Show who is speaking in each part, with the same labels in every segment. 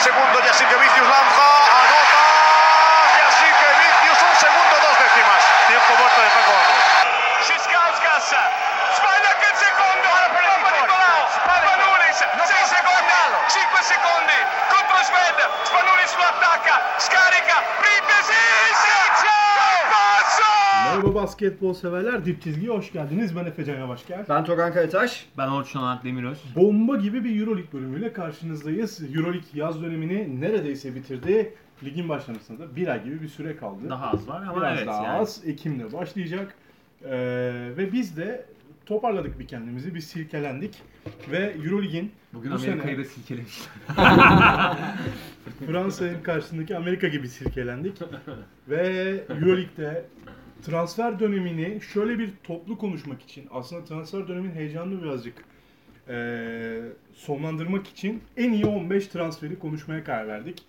Speaker 1: segundo, así que Vicius lanza, anota, así que Vicius un segundo, dos décimas. Tiempo muerto de Paco Gómez.
Speaker 2: Šiškauskas. Sbaglia che secondo. Papanikolaou. Spanulis. 6 secondi. 5 secondi. Contro Sved. Spanulis lo attacca. Scarica. Ripesi. Passo.
Speaker 3: Merhaba basketbol severler, dip çizgiye hoş geldiniz. Ben Efecan Yavaşker.
Speaker 4: Ben Togan Karataş.
Speaker 5: Ben Orçun Anat Demiröz.
Speaker 3: Bomba gibi bir Euroleague bölümüyle karşınızdayız. Euroleague yaz dönemini neredeyse bitirdi. Ligin başlamasına da bir ay gibi bir süre kaldı.
Speaker 5: Daha az var ama
Speaker 3: Biraz
Speaker 5: evet
Speaker 3: daha
Speaker 5: yani.
Speaker 3: az. Ekim'de başlayacak. Ee, ve biz de toparladık bir kendimizi, bir silkelendik. Ve Euroleague'in
Speaker 5: Bugün
Speaker 3: bu
Speaker 5: Amerika'yı
Speaker 3: sene
Speaker 5: da silkelemişler.
Speaker 3: Fransa'nın karşısındaki Amerika gibi silkelendik. ve Euroleague'de transfer dönemini şöyle bir toplu konuşmak için, aslında transfer dönemin heyecanını birazcık eee, Ee, sonlandırmak için en iyi 15 transferi konuşmaya karar verdik.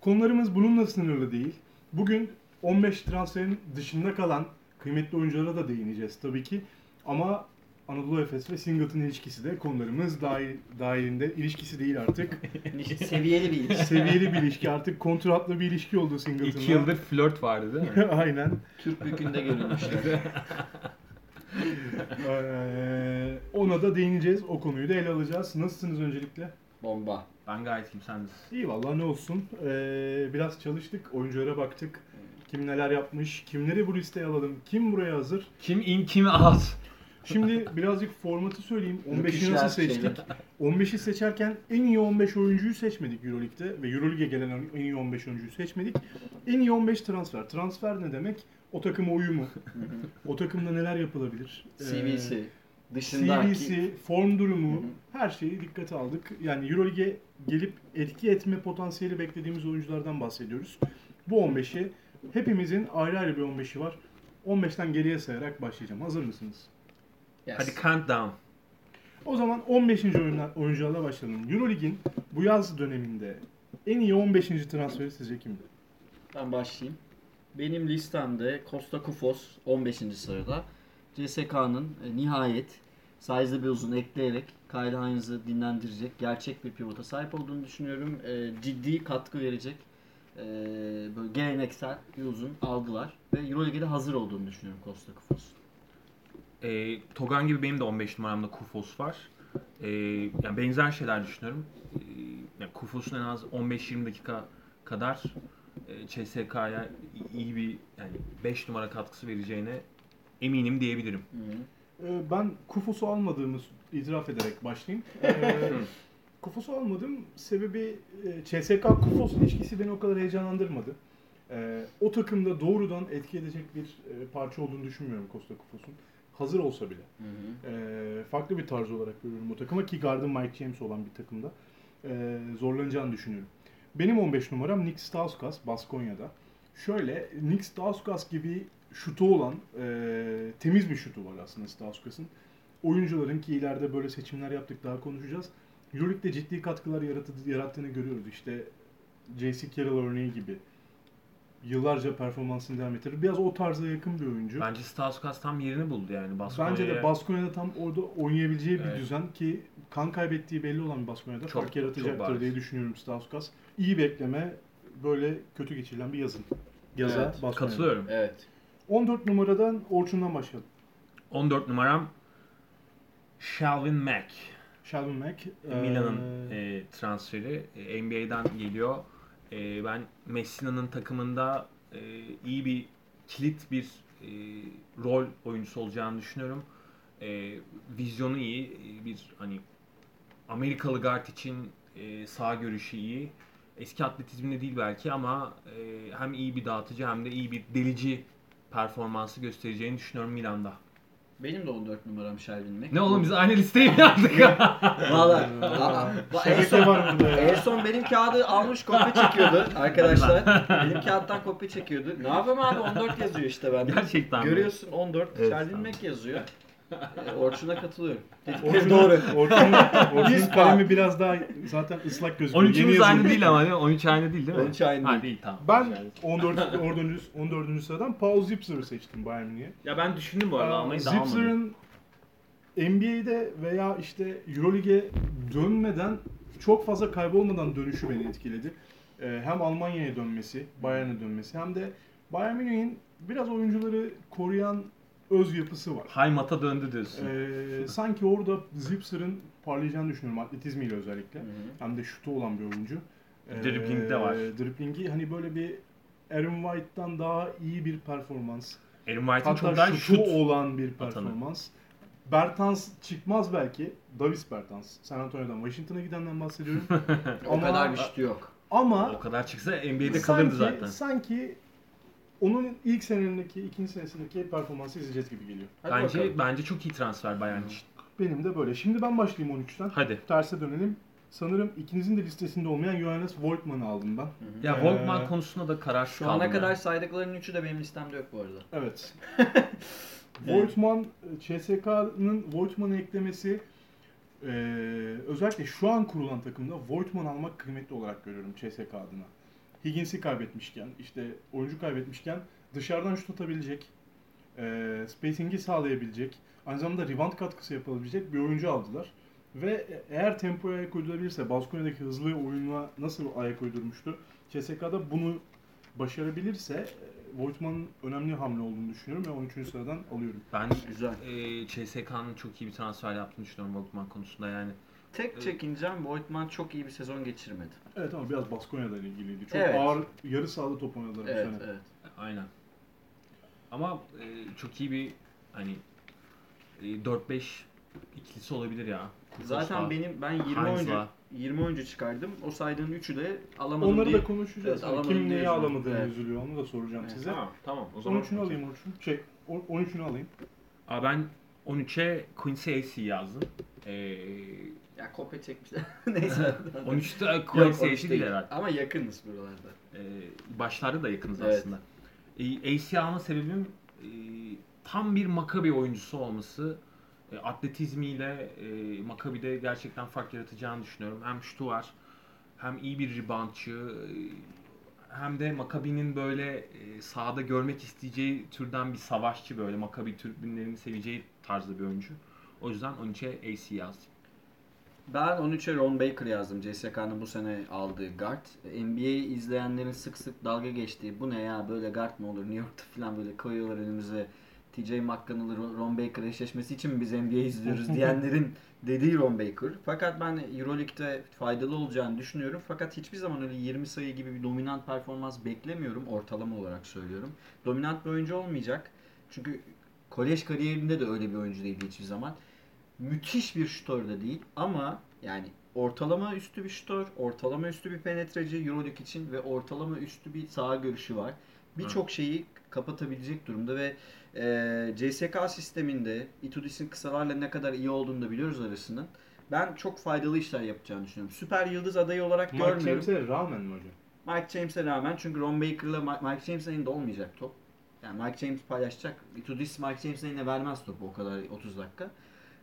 Speaker 3: Konularımız bununla sınırlı değil. Bugün 15 transferin dışında kalan kıymetli oyunculara da değineceğiz tabii ki. Ama Anadolu Efes ve Singleton ilişkisi de konularımız dahil, dahilinde. ilişkisi değil artık.
Speaker 4: Seviyeli bir ilişki.
Speaker 3: Seviyeli bir ilişki artık kontratlı bir ilişki oldu Singleton'la.
Speaker 5: İki yıldır flört vardı değil mi?
Speaker 3: Aynen.
Speaker 4: Türk bükünde görülmüştü.
Speaker 3: Ee, ona da değineceğiz. O konuyu da ele alacağız. Nasılsınız öncelikle?
Speaker 4: Bomba.
Speaker 5: ben gayet iyiyim sen nasılsın?
Speaker 3: İyi vallahi ne olsun. Ee, biraz çalıştık. Oyunculara baktık. Kim neler yapmış. Kimleri bu listeye alalım. Kim buraya hazır.
Speaker 5: Kim in kim out.
Speaker 3: Şimdi birazcık formatı söyleyeyim. 15'i
Speaker 4: Rüküşler,
Speaker 3: nasıl seçtik?
Speaker 4: şeyler.
Speaker 3: 15'i seçerken en iyi 15 oyuncuyu seçmedik Euroleague'de ve Euroleague'e gelen en iyi 15 oyuncuyu seçmedik. En iyi 15 transfer. Transfer ne demek? O takıma uyumu. o takımda neler yapılabilir? Ee,
Speaker 4: CVC. Dışındaki.
Speaker 3: CVC, form durumu her şeyi dikkate aldık. Yani Euroleague'e gelip etki etme potansiyeli beklediğimiz oyunculardan bahsediyoruz. Bu 15'i hepimizin ayrı ayrı bir 15'i var. 15'ten geriye sayarak başlayacağım. Hazır mısınız?
Speaker 4: Yes.
Speaker 5: Hadi countdown.
Speaker 3: O zaman 15. oyunlar, oyuncularla başlayalım. Eurolig'in bu yaz döneminde en iyi 15. transferi sizce kimdi?
Speaker 4: Ben başlayayım. Benim listemde Costa Kufos 15. sırada. CSK'nın e, nihayet Size'ı bir uzun ekleyerek Kyle Hines'ı dinlendirecek gerçek bir pivota sahip olduğunu düşünüyorum. E, ciddi katkı verecek e, böyle geleneksel bir uzun aldılar. Ve Euroleague'de hazır olduğunu düşünüyorum Costa Kufos.
Speaker 5: Ee, Togan gibi benim de 15 numaramda Kufos var. Ee, yani benzer şeyler düşünüyorum. Ee, yani Kufos'un en az 15-20 dakika kadar e, CSK'ya iyi bir yani 5 numara katkısı vereceğine eminim diyebilirim.
Speaker 3: Ee, ben Kufos'u almadığımı itiraf ederek başlayayım. Ee, Kufos'u almadım. Sebebi e, CSK Kufos ilişkisi beni o kadar heyecanlandırmadı. Ee, o takımda doğrudan etki edecek bir e, parça olduğunu düşünmüyorum Costa Kufos'un. Hazır olsa bile.
Speaker 4: Hı hı.
Speaker 3: Ee, farklı bir tarz olarak görüyorum bu takıma ki Garden Mike James olan bir takımda ee, zorlanacağını düşünüyorum. Benim 15 numaram Nick Stauskas Baskonya'da. Şöyle Nick Stauskas gibi şutu olan ee, temiz bir şutu var aslında Stauskas'ın. Oyuncuların ki ileride böyle seçimler yaptık daha konuşacağız. Euroleague'de ciddi katkılar yaratı- yarattığını görüyoruz. İşte J.C. Carroll örneği gibi. Yıllarca performansını devam ettirir. Biraz o tarza yakın bir oyuncu.
Speaker 5: Bence Stauskas tam yerini buldu yani. Baskonya'ya
Speaker 3: Bence de Baskonya'da tam orada oynayabileceği bir
Speaker 5: Evet.
Speaker 3: düzen ki kan kaybettiği belli olan bir Baskonya'da
Speaker 5: Çok-
Speaker 3: fark
Speaker 5: çok
Speaker 3: yaratacaktır
Speaker 5: bariz.
Speaker 3: diye düşünüyorum Stauskas. İyi bekleme böyle kötü geçirilen bir yazın. Yaza
Speaker 4: Evet,
Speaker 3: Baskonya'da.
Speaker 5: katılıyorum.
Speaker 4: Evet.
Speaker 3: 14 numaradan Orçun'dan başlayalım.
Speaker 5: 14 numaram Shelvin Mack.
Speaker 3: Sheldon Mack. eee,
Speaker 5: Milan'ın e, transferi. E, NBA'den geliyor. E, ben Messina'nın takımında e, iyi bir kilit bir e, rol oyuncusu olacağını düşünüyorum. E, vizyonu iyi. e, Bir hani Amerikalı guard için e, sağ görüşü iyi. Eski atletizminde değil belki ama e, hem iyi bir dağıtıcı hem de iyi bir delici performansı göstereceğini düşünüyorum Milan'da.
Speaker 4: Benim de 14 numaram Shelvin Mack.
Speaker 5: Ne oğlum biz aynı listeyi mi yaptık?
Speaker 4: Valla. Aa, en
Speaker 3: Şebeke
Speaker 4: son,
Speaker 3: var burada
Speaker 4: en
Speaker 3: ya.
Speaker 4: son benim kağıdı almış kopya çekiyordu arkadaşlar. benim kağıttan kopya çekiyordu. Ne yapayım abi 14 yazıyor işte bende.
Speaker 5: Gerçekten mi?
Speaker 4: Görüyorsun 14
Speaker 5: Evet,
Speaker 4: Shelvin
Speaker 5: tamam.
Speaker 4: Mack yazıyor. Ee, Orçun'a katılıyorum.
Speaker 3: Orçun'un-
Speaker 4: Doğru.
Speaker 3: Orçun'un, Orçun'un
Speaker 4: Biz
Speaker 3: kalemi biraz daha zaten ıslak gözüküyor.
Speaker 5: 13'ümüz
Speaker 3: Yeni
Speaker 5: aynı
Speaker 3: yazılmış.
Speaker 5: değil ama değil mi? 13 aynı değil değil mi?
Speaker 4: 13 aynı
Speaker 5: Ha
Speaker 4: değil.
Speaker 5: değil tamam.
Speaker 3: Ben
Speaker 5: 13
Speaker 3: 14.
Speaker 5: aynı.
Speaker 3: 14. 14. sıradan Paul Zipser'ı seçtim Bayern Münih'e.
Speaker 5: Ya ben düşündüm
Speaker 3: Ee,
Speaker 5: bu arada almayı da almadım.
Speaker 3: Zipser'ın NBA'de veya işte Euroleague'e dönmeden çok fazla kaybolmadan dönüşü beni etkiledi. Ee, hem Almanya'ya dönmesi, Bayern'e dönmesi hem de Bayern Münih'in biraz oyuncuları koruyan öz yapısı var.
Speaker 5: Haymat'a döndü diyorsun.
Speaker 3: Ee, sanki orada Zipser'ın parlayacağını düşünüyorum atletizmiyle özellikle. Hem de şutu olan bir oyuncu. Ee,
Speaker 5: Dribbling de var.
Speaker 3: Dribbling'i hani böyle bir Aaron White'dan daha iyi bir performans.
Speaker 5: Erin White'ın
Speaker 3: Hatta
Speaker 5: çoktan
Speaker 3: şutu
Speaker 5: şut.
Speaker 3: olan bir
Speaker 5: atanı.
Speaker 3: performans. Bertans çıkmaz belki. Davis Bertans. San Antonio'dan Washington'a gidenden bahsediyorum.
Speaker 4: O kadar bir şutu yok.
Speaker 5: O
Speaker 3: Ama
Speaker 5: kadar çıksa NBA'de kalırdı
Speaker 3: sanki,
Speaker 5: zaten.
Speaker 3: sanki onun ilk senesindeki, ikinci senesindeki performansı izleyeceğiz gibi geliyor.
Speaker 4: Hadi
Speaker 5: bence
Speaker 4: bakalım.
Speaker 5: bence çok iyi transfer Bayern için.
Speaker 3: Benim de böyle. Şimdi ben başlayayım 13'ten.
Speaker 5: Hadi.
Speaker 3: Terse dönelim. Sanırım ikinizin de listesinde olmayan Johannes Volkmann'ı aldım ben.
Speaker 5: Ya
Speaker 3: Ee,
Speaker 5: Volkman konusunda da karar
Speaker 4: Şu ana kadar saydıklarının üçü de benim listemde yok bu arada.
Speaker 3: Evet. Voltman, CSK'nın Voltman'ı eklemesi eee, özellikle şu an kurulan takımda Voltman almak kıymetli olarak görüyorum CSK adına. Higgins'i kaybetmişken, işte oyuncu kaybetmişken dışarıdan şut atabilecek, eee spacing'i sağlayabilecek, aynı zamanda rebound katkısı yapabilecek bir oyuncu aldılar. Ve eğer tempoya ayak uydurabilirse, Baskonya'daki hızlı oyununa nasıl ayak uydurmuştu, CSK'da bunu başarabilirse e, Voigtman'ın önemli hamle olduğunu düşünüyorum ve 13. sıradan alıyorum.
Speaker 5: Ben
Speaker 4: Güzel.
Speaker 5: e, CSK'nın çok iyi bir transfer yaptığını düşünüyorum Volkman konusunda yani.
Speaker 4: Tek çekincem Voigtman çok iyi bir sezon geçirmedi.
Speaker 3: Evet ama biraz Baskonya'dan ilgiliydi. Çok
Speaker 4: Evet.
Speaker 3: ağır yarı sahada top oynadılar bu
Speaker 4: Evet,
Speaker 3: sene.
Speaker 4: evet.
Speaker 5: Aynen. Ama e, çok iyi bir hani e, 4-5 ikilisi olabilir ya.
Speaker 4: Zaten
Speaker 5: Kuzma,
Speaker 4: benim ben 20
Speaker 5: Heinz'la.
Speaker 4: oyuncu 20 oyuncu çıkardım. O saydığın üçü de alamadım
Speaker 3: Onları
Speaker 4: diye.
Speaker 3: da konuşacağız. Hani
Speaker 4: Evet, alamadım
Speaker 3: Kim
Speaker 4: diye
Speaker 3: neyi
Speaker 4: üzülüyorum.
Speaker 3: alamadığını
Speaker 4: Evet.
Speaker 3: üzülüyor onu da soracağım
Speaker 4: Evet.
Speaker 3: size.
Speaker 5: Tamam tamam. O
Speaker 3: 13'ünü alayım Orçun. Şey, on- 13'ünü alayım.
Speaker 5: Aa, ben 13'e Quincy AC yazdım. E,
Speaker 4: Ya kopya çekmişler. Neyse.
Speaker 5: 13'te
Speaker 4: Yok,
Speaker 5: Quincy AC değil herhalde.
Speaker 4: Ama yakınız buralarda.
Speaker 5: E, başlarda da yakınız
Speaker 4: Evet.
Speaker 5: aslında. E, AC alma sebebim e, tam bir Makabi oyuncusu olması. E, atletizmiyle e, Makabi'de gerçekten fark yaratacağını düşünüyorum. Hem şutu var, hem iyi bir reboundçı, e, hem de Makabi'nin böyle e, sahada görmek isteyeceği türden bir savaşçı böyle. Makabi türbünlerini seveceği tarzda bir oyuncu. O yüzden 13'e AC yazdım.
Speaker 4: Ben 13'e Ron Baker yazdım. CSK'nın bu sene aldığı guard. NBA izleyenlerin sık sık dalga geçtiği bu ne ya böyle guard mı olur New York'ta falan böyle koyuyorlar önümüze. TJ McConnell'ı Ron- Ron Baker eşleşmesi için mi biz NBA izliyoruz diyenlerin dediği Ron Baker. Fakat ben Euroleague'de faydalı olacağını düşünüyorum. Fakat hiçbir zaman öyle 20 sayı gibi bir dominant performans beklemiyorum. Ortalama olarak söylüyorum. Dominant bir oyuncu olmayacak. Çünkü kolej kariyerinde de öyle bir oyuncu değildi hiçbir zaman müthiş bir şutör de değil ama yani ortalama üstü bir şutör, ortalama üstü bir penetreci Euroleague için ve ortalama üstü bir saha görüşü var. Birçok şeyi kapatabilecek durumda ve e, CSK sisteminde Itudis'in kısalarla ne kadar iyi olduğunu da biliyoruz arasının. Ben çok faydalı işler yapacağını düşünüyorum. Süper yıldız adayı olarak
Speaker 3: Mark
Speaker 4: görmüyorum.
Speaker 3: James'e rağmen mi hocam?
Speaker 4: Mike James'e rağmen çünkü Ron Baker'la Ma- Mike James'in elinde olmayacak top. Yani Mike James paylaşacak. Itudis Mike James'in eline vermez topu o kadar 30 dakika.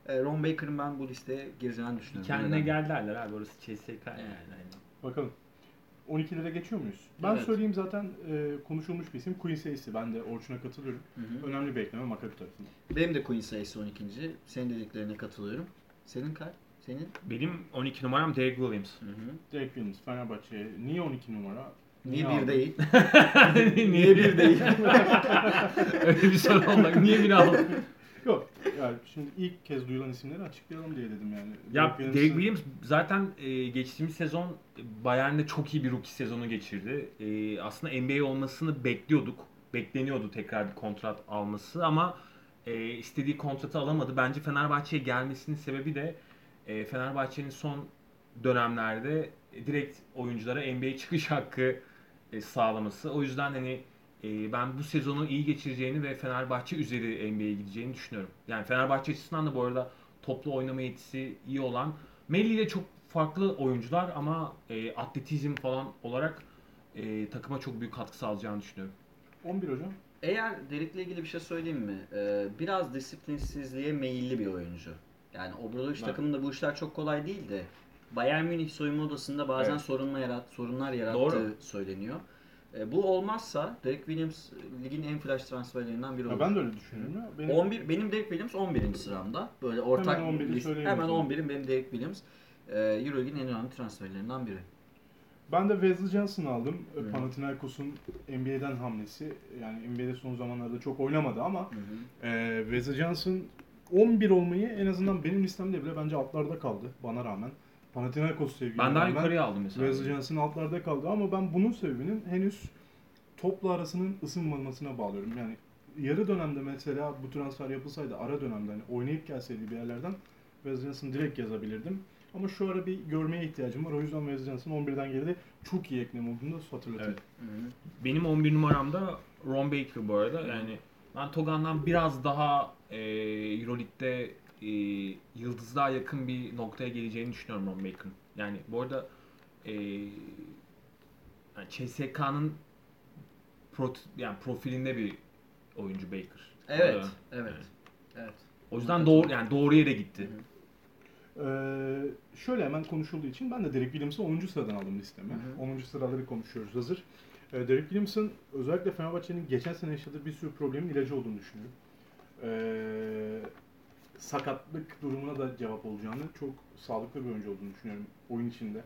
Speaker 4: Ee, Ron Baker'ın ben bu listeye gireceğini düşünüyorum.
Speaker 5: Kendine
Speaker 4: Neden?
Speaker 5: geldiler abi orası CSK yani.
Speaker 3: Bakalım. 12'lere geçiyor muyuz? Ben
Speaker 4: Evet.
Speaker 3: söyleyeyim zaten e, konuşulmuş bir isim. Quincy Ace'i. Ben de Orçun'a katılıyorum.
Speaker 4: Hı hı.
Speaker 3: Önemli bir ekleme Makabi tarafından.
Speaker 4: Benim de Queen sayısı 12. Senin dediklerine katılıyorum. Senin kay? Senin?
Speaker 5: Benim 12 numaram Derek Williams.
Speaker 3: Derek Williams, Fenerbahçe. Niye 12 numara?
Speaker 4: Niye
Speaker 3: aldın?
Speaker 4: bir değil?
Speaker 5: Niye bir değil? Öyle bir soru olmak. Niye bir aldın?
Speaker 3: Yok yani şimdi ilk kez duyulan isimleri açıklayalım diye dedim yani.
Speaker 5: Ya
Speaker 3: Williams'ın-
Speaker 5: Derek Williams zaten e, geçtiğimiz sezon Bayern'de çok iyi bir rookie sezonu geçirdi. E, aslında NBA olmasını bekliyorduk. Bekleniyordu tekrar bir kontrat alması ama e, istediği kontratı alamadı. Bence Fenerbahçe'ye gelmesinin sebebi de e, Fenerbahçe'nin son dönemlerde direkt oyunculara NBA çıkış hakkı e, sağlaması. O yüzden hani e, ben bu sezonu iyi geçireceğini ve Fenerbahçe üzeri NBA'ye gideceğini düşünüyorum. Yani Fenerbahçe açısından da bu arada toplu oynama yetisi iyi olan Melli ile çok farklı oyuncular ama e, atletizm falan olarak e, takıma çok büyük katkı sağlayacağını düşünüyorum.
Speaker 3: 11 hocam.
Speaker 4: Eğer Derek'le ilgili bir şey söyleyeyim mi? Ee, biraz disiplinsizliğe meyilli bir oyuncu. Yani Obradoviç
Speaker 3: Ben-
Speaker 4: takımında bu işler çok kolay değil de Bayern Münih soyunma odasında bazen
Speaker 5: Evet.
Speaker 4: sorunlar, yarat, sorunlar yarattığı
Speaker 5: Doğru.
Speaker 4: söyleniyor. E, bu olmazsa Derek Williams e, ligin en flash transferlerinden biri
Speaker 3: Ya
Speaker 4: olur.
Speaker 3: ben de öyle düşünüyorum ya. Benim
Speaker 4: 11 benim Derek Williams 11. sıramda. Böyle ortak
Speaker 3: Hemen 11'i
Speaker 4: list-
Speaker 3: söyleyelim.
Speaker 4: Hemen 11'im benim Derek Williams. e, Euroleague'in en önemli transferlerinden biri.
Speaker 3: Ben de Wesley Johnson'ı aldım.
Speaker 4: Hı.
Speaker 3: Panathinaikos'un NBA'den hamlesi. Yani NBA'de son zamanlarda çok oynamadı ama e, Wesley Johnson 11 olmayı en azından benim listemde bile bence altlarda kaldı bana rağmen. Panathinaikos sevgili.
Speaker 5: Ben daha yukarıya aldım mesela.
Speaker 3: Wesley Johnson altlarda kaldı ama ben bunun sebebinin henüz topla arasının ısınmamasına bağlıyorum. Yani yarı dönemde mesela bu transfer yapılsaydı ara dönemde hani oynayıp gelseydi bir yerlerden Wesley Johnson'ı direkt yazabilirdim. Ama şu ara bir görmeye ihtiyacım var. O yüzden Wesley Johnson 11'den geride çok iyi eklem olduğunu da hatırlatayım.
Speaker 5: Evet. Benim 11 numaramda Ron Baker bu arada. Yani ben Togan'dan biraz daha e, Euroleague'de e, yıldızlığa yakın bir noktaya geleceğini düşünüyorum Ron Baker'ın. Yani bu arada e, yani CSK'nın prot- yani profilinde bir oyuncu Baker. Ee, O
Speaker 4: Evet,
Speaker 5: da-
Speaker 4: evet, evet.
Speaker 5: O yüzden doğru yani doğru yere gitti.
Speaker 3: Ee, şöyle hemen konuşulduğu için ben de Derek Williams'ı 10. sıradan aldım listeme.
Speaker 4: Hı
Speaker 3: 10. sıraları konuşuyoruz hazır. Ee, Derek Williams'ın özellikle Fenerbahçe'nin geçen sene yaşadığı bir sürü problemin ilacı olduğunu düşünüyorum. Ee, sakatlık durumuna da cevap olacağını, çok sağlıklı bir oyuncu olduğunu düşünüyorum oyun içinde.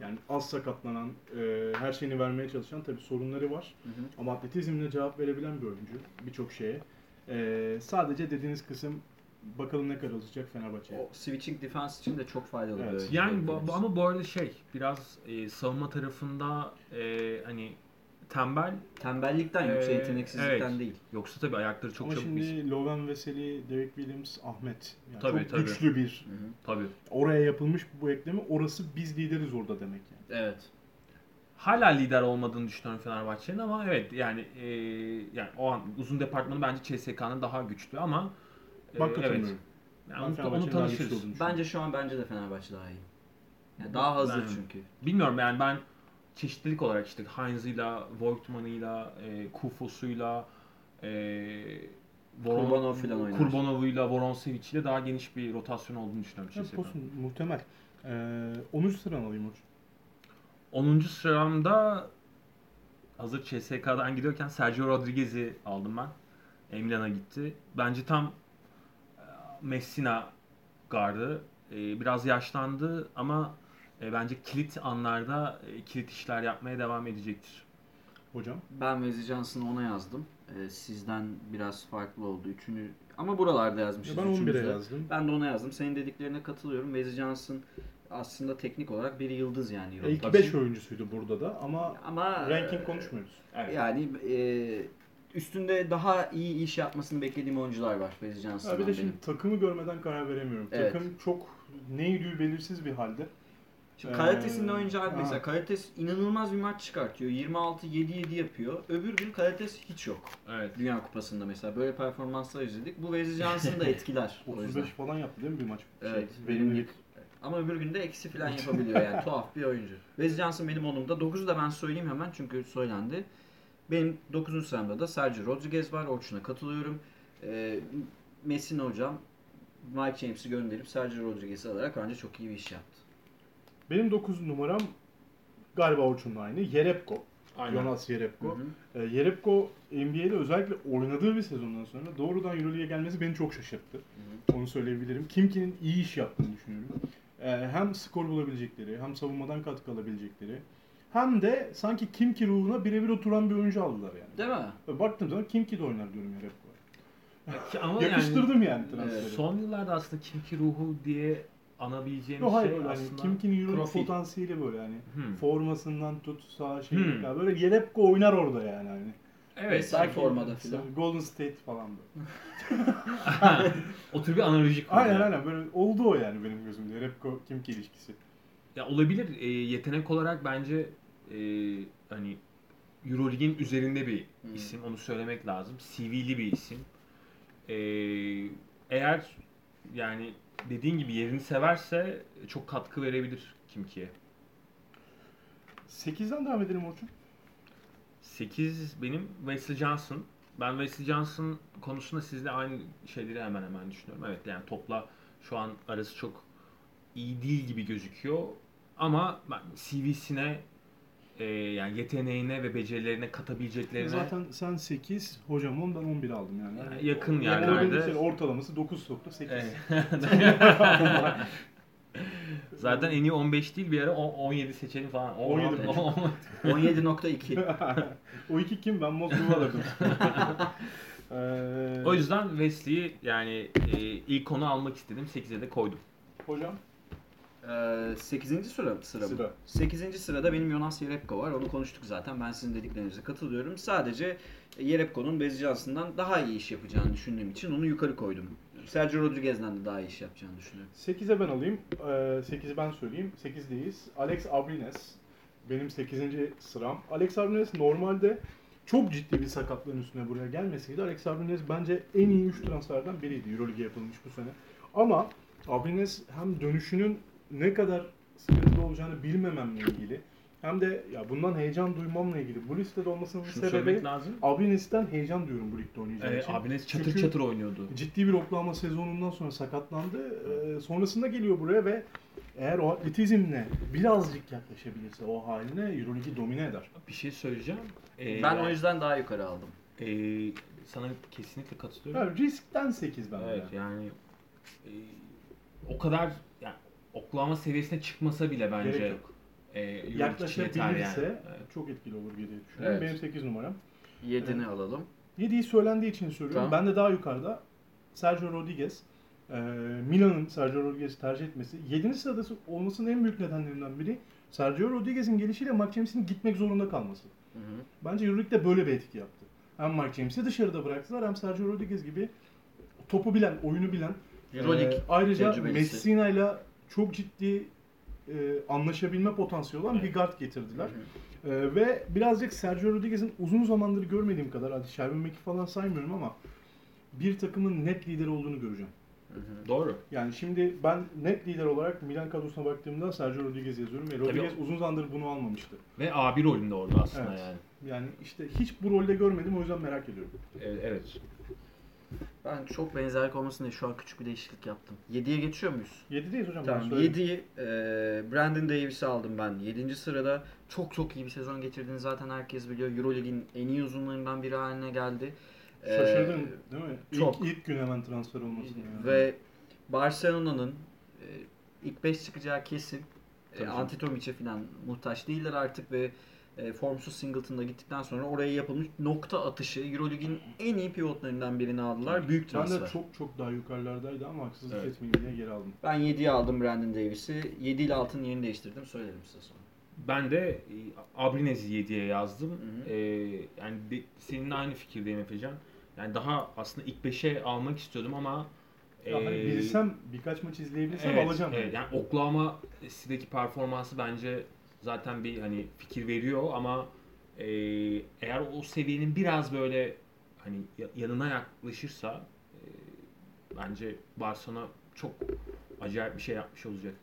Speaker 3: Yani az sakatlanan, e, her şeyini vermeye çalışan tabii sorunları var.
Speaker 4: Hı hı.
Speaker 3: Ama atletizmle cevap verebilen bir oyuncu birçok şeye. Ee, sadece dediğiniz kısım bakalım ne kadar olacak Fenerbahçe'ye.
Speaker 4: O switching defense için de çok faydalı
Speaker 3: Evet.
Speaker 4: bir oyuncu.
Speaker 5: Yani bu- bu- ama bu arada şey biraz e, savunma tarafında e, hani tembel
Speaker 4: Tembellikten yoksa
Speaker 5: Ee,
Speaker 4: yeteneksizlikten
Speaker 5: evet.
Speaker 4: değil.
Speaker 5: yoksa tabii ayakları çok
Speaker 3: Ama
Speaker 5: çabuk
Speaker 3: şimdi
Speaker 5: biz.
Speaker 3: Loven Veseli, Derek Williams, Ahmet. Yani
Speaker 5: Tabii,
Speaker 3: çok
Speaker 5: tabii.
Speaker 3: güçlü bir.
Speaker 5: Tabii.
Speaker 3: Oraya yapılmış bu eklemi. Orası biz lideriz orada demek yani.
Speaker 4: Evet.
Speaker 5: Hala lider olmadığını düşünüyorum Fenerbahçe'nin ama evet yani e, yani o an uzun departmanı bence CSK'nın daha güçlü ama e,
Speaker 3: Bak katılmıyorum.
Speaker 5: Yani
Speaker 3: Ben
Speaker 5: onu- onu,
Speaker 3: Fenerbahçe'nin daha güçlü
Speaker 5: tanışırız.
Speaker 3: olduğunu düşünüyorum.
Speaker 4: Bence şu an bence de Fenerbahçe daha iyi. Yani daha hazır
Speaker 5: Ben-
Speaker 4: çünkü.
Speaker 5: Bilmiyorum yani ben çeşitlilik olarak işte Heinz'ıyla, Voigtman'ıyla, e, Kufos'uyla, e, Voron-
Speaker 4: Kurbanov filan oynar.
Speaker 5: Kurbanov'uyla, Voronsevic'le daha geniş bir rotasyon olduğunu düşünüyorum
Speaker 3: Ya,
Speaker 5: CSK'nın.
Speaker 3: posun, Şey muhtemel. Ee, 10. sıran alayım hocam.
Speaker 5: 10. sıramda hazır CSK'dan gidiyorken Sergio Rodriguez'i aldım ben. E, Milan'a gitti. Bence tam e, Messina gardı. E, Biraz yaşlandı ama e, bence kilit anlarda e, kilit işler yapmaya devam edecektir.
Speaker 3: Hocam.
Speaker 4: Ben Wesley Johnson'ı ona yazdım. Ee, sizden biraz farklı oldu. Üçünü ama buralarda yazmışız.
Speaker 3: Ya ben
Speaker 4: üçümüz
Speaker 3: 11'e
Speaker 4: de.
Speaker 3: yazdım.
Speaker 4: Ben de ona yazdım. Senin dediklerine katılıyorum. Wesley Johnson aslında teknik olarak bir yıldız yani.
Speaker 3: E,
Speaker 4: Europa
Speaker 3: İlk
Speaker 4: için.
Speaker 3: 5 oyuncusuydu burada da ama
Speaker 4: Ama e,
Speaker 3: ranking konuşmuyoruz.
Speaker 4: Yani e, üstünde daha iyi iş yapmasını beklediğim oyuncular var Wesley
Speaker 3: Ha,
Speaker 4: Johnson'dan
Speaker 3: bir de
Speaker 4: benim.
Speaker 3: şimdi takımı görmeden karar veremiyorum.
Speaker 4: Evet.
Speaker 3: Takım çok neydi belirsiz bir halde.
Speaker 4: Şimdi
Speaker 3: Ee,
Speaker 4: Karates'in oyuncu abi
Speaker 3: ha.
Speaker 4: mesela Karates inanılmaz bir maç çıkartıyor. 26-7-7 yapıyor. Öbür gün Karates hiç yok.
Speaker 5: Evet.
Speaker 4: Dünya Kupası'nda mesela böyle performanslar izledik. Bu Wesley Johnson'ı da etkiler. o yüzden.
Speaker 3: 35 falan yaptı değil mi bir maç? Şey,
Speaker 4: Evet,
Speaker 3: verimlilik.
Speaker 4: Ama öbür günde eksi falan yapabiliyor yani. Tuhaf bir oyuncu. Wesley Johnson benim onumda. 9'u da ben söyleyeyim hemen çünkü söylendi. Benim 9. sıramda da Sergio Rodriguez var. Orçun'a katılıyorum. Ee, Messina hocam Mike James'i gönderip Sergio Rodriguez'i alarak bence çok iyi bir iş yaptı.
Speaker 3: Benim 9 numaram galiba Orçun'la aynı. Yerepko.
Speaker 5: Aynen.
Speaker 3: Jonas Yerepko. E, Yerepko NBA'de özellikle oynadığı bir sezondan sonra doğrudan Euroleague'e gelmesi beni çok şaşırttı. Onu söyleyebilirim. Kimkinin iyi iş yaptığını düşünüyorum. E, hem skor bulabilecekleri, hem savunmadan katkı alabilecekleri, hem de sanki Kimki ruhuna birebir oturan bir oyuncu aldılar yani.
Speaker 4: Değil mi?
Speaker 3: E, Baktığım zaman Kimki de oynar diyorum Yerepko'ya.
Speaker 5: Ama
Speaker 3: Yakıştırdım yani transferi.
Speaker 5: yani son yıllarda aslında Kimki ruhu diye anabileceğimiz
Speaker 3: Yok hayır
Speaker 5: şey
Speaker 3: öyle hani
Speaker 5: aslında.
Speaker 3: Kimki'nin Euroleague
Speaker 4: profil.
Speaker 3: potansiyeli böyle hani.
Speaker 5: Hmm.
Speaker 3: Formasından tut sağ şey
Speaker 5: Hmm.
Speaker 3: ya böyle Yerepko oynar orada yani hani.
Speaker 5: Evet.
Speaker 4: Mesela- Sağ formada filan.
Speaker 3: Golden State falan böyle.
Speaker 5: o tür bir analojik.
Speaker 3: Aynen
Speaker 5: oluyor.
Speaker 3: aynen böyle oldu o yani benim gözümde. Repko Kimki ilişkisi.
Speaker 5: Ya olabilir. E, yetenek olarak bence e, hani EuroLeague'in üzerinde bir
Speaker 4: Hmm.
Speaker 5: isim. Onu söylemek lazım. CV'li bir isim. E, eğer yani dediğin gibi yerini severse çok katkı verebilir Kimki'ye.
Speaker 3: 8'den devam edelim Orçun.
Speaker 5: 8 benim Wesley Johnson. Ben Wesley Johnson konusunda sizle aynı şeyleri hemen hemen düşünüyorum. Evet yani topla şu an arası çok iyi değil gibi gözüküyor. Ama ben CV'sine e, yani yeteneğine ve becerilerine katabileceklerine
Speaker 3: Zaten sen 8, hocam 10 ben 11 aldım yani.
Speaker 5: Yani yakın
Speaker 3: Yani
Speaker 5: yerlerde. E,
Speaker 3: benim şey, ortalaması 9.8.
Speaker 5: Evet. Zaten en iyi 15 değil bir ara o- 17 seçelim falan.
Speaker 3: 17.
Speaker 5: 17.
Speaker 4: 17.2.
Speaker 3: o iki kim? Ben Moskova'da alırdım. Ee,
Speaker 5: O yüzden Wesley'i yani e, ilk onu almak istedim. 8'e de koydum.
Speaker 3: Ee, Hocam.
Speaker 4: 8. Ee, sıra, sıra mı?
Speaker 3: Sıra.
Speaker 4: 8. sırada benim Jonas Yerepko var. Onu konuştuk zaten. Ben sizin dediklerinize katılıyorum. Sadece Yerepko'nun Bez Johnson'dan daha iyi iş yapacağını düşündüğüm için onu yukarı koydum. Sergio Rodriguez'den de daha iyi iş yapacağını düşünüyorum.
Speaker 3: 8'e ben alayım. 8'i ben söyleyeyim. 8'deyiz. Alex Abrines. Benim 8. sıram. Alex Abrines normalde çok ciddi bir sakatlığın üstüne buraya gelmeseydi Alex Abrines bence en iyi 3 transferden biriydi Euroleague'e yapılmış bu sene. Ama Abrines hem dönüşünün ne kadar sıkıntılı olacağını bilmememle ilgili hem de ya bundan heyecan duymamla ilgili bu listede olmasının
Speaker 5: Şunu
Speaker 3: sebebi
Speaker 5: söylemek lazım.
Speaker 3: Abrines'ten heyecan duyuyorum bu ligde oynayacağı
Speaker 5: E,
Speaker 3: için.
Speaker 5: Abines çatır
Speaker 3: Çünkü-
Speaker 5: çatır oynuyordu.
Speaker 3: ciddi bir oklama sezonundan sonra sakatlandı. Ee, sonrasında geliyor buraya ve eğer o atletizmle birazcık yaklaşabilirse o haline Euroleague'i domine eder.
Speaker 5: Bir şey söyleyeceğim. E,
Speaker 4: ben o yüzden daha yukarı aldım.
Speaker 5: e, sana kesinlikle katılıyorum.
Speaker 3: Yani riskten 8 ben.
Speaker 5: Evet
Speaker 3: yani.
Speaker 5: yani e, o kadar yani oklama seviyesine çıkmasa bile bence
Speaker 3: Gerek yok.
Speaker 5: e, Euroleague için yeter yani.
Speaker 3: Yaklaşabilirse
Speaker 5: Evet.
Speaker 3: çok etkili olur diye düşünüyorum.
Speaker 4: Evet.
Speaker 3: Benim 8 numaram.
Speaker 4: 7'ni alalım.
Speaker 3: 7'yi söylendiği için söylüyorum.
Speaker 4: Tamam.
Speaker 3: Ben de daha yukarıda Sergio Rodriguez. Ee, Milan'ın Sergio Rodriguez'i tercih etmesi. 7. sırada olmasının en büyük nedenlerinden biri Sergio Rodriguez'in gelişiyle Mark James'in gitmek zorunda kalması.
Speaker 4: Hı hı.
Speaker 3: Bence Euroleague'de böyle bir etki yaptı. Hem Mark James'i dışarıda bıraktılar hem Sergio Rodriguez gibi topu bilen, oyunu bilen.
Speaker 4: Euroleague
Speaker 3: e, ayrıca
Speaker 4: tecrübelisi.
Speaker 3: Messina'yla çok ciddi e, anlaşabilme potansiyeli olan bir guard getirdiler. E, ve birazcık Sergio Rodriguez'in uzun zamandır görmediğim kadar, hadi Sherwin Mack'i falan saymıyorum ama bir takımın net lideri olduğunu göreceğim.
Speaker 5: Doğru.
Speaker 3: Yani şimdi ben net lider olarak Milan kadrosuna baktığımda Sergio Rodriguez yazıyorum ve Rodriguez uzun zamandır bunu almamıştı.
Speaker 5: Ve A1 rolünde orada aslında
Speaker 3: Evet.
Speaker 5: yani.
Speaker 3: Yani işte hiç bu rolde görmedim o yüzden merak ediyorum.
Speaker 5: Evet. E, evet.
Speaker 4: Ben çok benzerlik olmasın diye şu an küçük bir değişiklik yaptım. 7'ye geçiyor muyuz?
Speaker 3: 7'deyiz hocam. ben
Speaker 4: Tamam
Speaker 3: söyledim.
Speaker 4: 7'yi e, Brandon Davis'i aldım ben. 7. sırada çok çok iyi bir sezon geçirdiğini zaten herkes biliyor. Eurolig'in en iyi uzunlarından biri haline geldi. E,
Speaker 3: Şaşırdın değil mi?
Speaker 4: çok.
Speaker 3: İlk, ilk gün hemen transfer olmasına. yani.
Speaker 4: Ve Barcelona'nın e, ilk 5 çıkacağı kesin. E,
Speaker 5: Tabii canım.
Speaker 4: Antetomiç'e falan muhtaç değiller artık ve e, formsuz Singleton'da gittikten sonra oraya yapılmış nokta atışı Eurolig'in en iyi pivotlarından birini aldılar. Büyük
Speaker 3: ben
Speaker 4: transfer.
Speaker 3: de çok çok daha yukarılardaydı ama haksızlık
Speaker 5: Evet.
Speaker 3: etmeyeyim diye geri aldım.
Speaker 4: Ben 7'ye aldım Brandon Davis'i. 7 ile 6'nın yerini değiştirdim. Söylerim size sonra.
Speaker 5: Ben de e, Abrinez'i 7'ye yazdım.
Speaker 4: Hı hı.
Speaker 5: E, yani de- seninle aynı fikirdeyim Efecan. Yani daha aslında ilk 5'e almak istiyordum ama
Speaker 3: Ya hani
Speaker 5: e,
Speaker 3: bilsem birkaç maç izleyebilsem
Speaker 5: evet,
Speaker 3: alacağım.
Speaker 5: Evet. Yani Oklahoma City'deki performansı bence zaten bir hani fikir veriyor ama e, eğer o seviyenin biraz böyle hani ya- yanına yaklaşırsa e, bence Barcelona çok acayip bir şey yapmış olacak.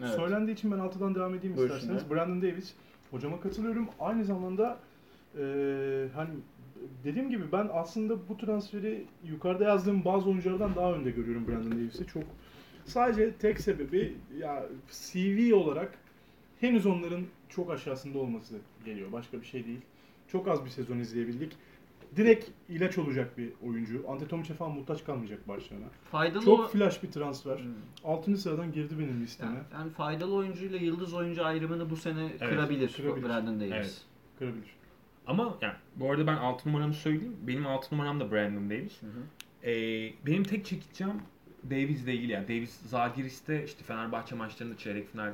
Speaker 4: Evet.
Speaker 3: Söylendiği için ben altıdan devam edeyim
Speaker 4: Buyursunlar.
Speaker 3: isterseniz. Brandon Davis. Hocama katılıyorum. Aynı zamanda e, hani dediğim gibi ben aslında bu transferi yukarıda yazdığım bazı oyunculardan daha önde görüyorum Brandon Davis'i. Çok sadece tek sebebi ya CV olarak henüz onların çok aşağısında olması geliyor. Başka bir şey değil. Çok az bir sezon izleyebildik. Direkt ilaç olacak bir oyuncu. Antetomiç'e falan muhtaç kalmayacak Barcelona.
Speaker 4: Faydalı o-
Speaker 3: Çok flash bir transfer.
Speaker 4: Hmm.
Speaker 3: 6. sıradan girdi benim
Speaker 4: Yani,
Speaker 3: listeme.
Speaker 4: yani faydalı oyuncuyla yıldız oyuncu ayrımını bu sene kırabilir,
Speaker 3: kırabilir.
Speaker 4: Brandon Davis.
Speaker 5: Evet.
Speaker 3: Kırabilir.
Speaker 5: Ama yani bu arada ben 6 numaramı söyleyeyim. Benim 6 numaram da Brandon Davis.
Speaker 4: Hı hı.
Speaker 5: Ee, benim tek çekeceğim Davis'le ilgili yani Davis Zagiris'te işte Fenerbahçe maçlarında çeyrek final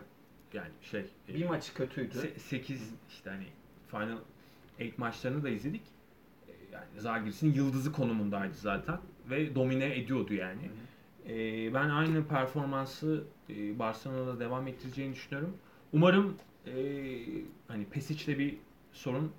Speaker 5: yani şey e,
Speaker 4: Bir maçı kötüydü.
Speaker 5: 8 işte hani Final 8 maçlarını da izledik. Ee, Yani Zagiris'in yıldızı konumundaydı zaten ve domine ediyordu yani. Ee, ben aynı performansı e, Barcelona'da devam ettireceğini düşünüyorum. Umarım e, hani Pesic'le bir sorun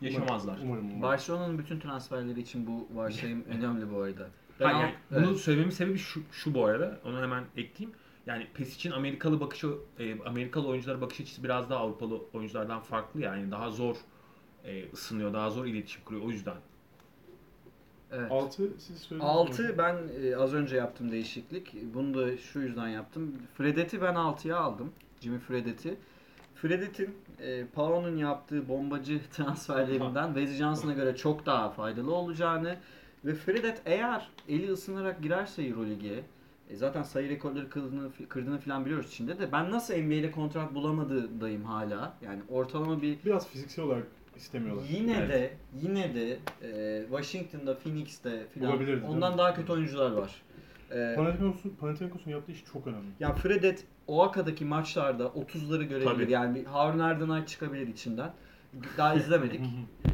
Speaker 5: yaşamazlar.
Speaker 3: Umarım. umarım.
Speaker 4: Barcelona'nın bütün transferleri için bu varsayım önemli bu arada. Ben
Speaker 5: Hayır, yani
Speaker 4: al-
Speaker 5: bunu
Speaker 4: evet.
Speaker 5: söylememin sebebi şu, şu bu arada. Onu hemen ekleyeyim. Yani Pesic'in Amerikalı bakışı, e, Amerikalı oyunculara bakış açısı biraz daha Avrupalı oyunculardan farklı ya. yani daha zor e, ısınıyor, daha zor iletişim kuruyor o yüzden.
Speaker 4: Evet.
Speaker 3: 6 siz söylediniz.
Speaker 4: 6 ben e, az önce yaptım değişiklik. Bunu da şu yüzden yaptım. Fredet'i ben 6'ya aldım. Jimmy Fredet'i. Fredet'in e, Pao'nun yaptığı bombacı transferlerinden Wesley Johnson'a göre çok daha faydalı olacağını ve Fredet eğer eli ısınarak girerse Euroleague'e E zaten sayı rekorları kırdığını, kırdığını falan biliyoruz Çin'de de. Ben nasıl NBA'de kontrat bulamadığındayım hala. Yani ortalama bir
Speaker 3: Biraz fiziksel olarak istemiyorlar.
Speaker 4: Yine
Speaker 5: Evet.
Speaker 4: de yine de e, Washington'da, Phoenix'te filan
Speaker 3: Bulabilirdi, değil mi?
Speaker 4: ondan daha kötü oyuncular var. E,
Speaker 3: Panathinaikos'un Panathinaikos'un yaptığı iş çok önemli.
Speaker 4: ya Fredet Oaka'daki maçlarda 30'ları görebilir.
Speaker 5: Tabii.
Speaker 4: Yani bir Harun Erdenay çıkabilir içinden. Daha izlemedik.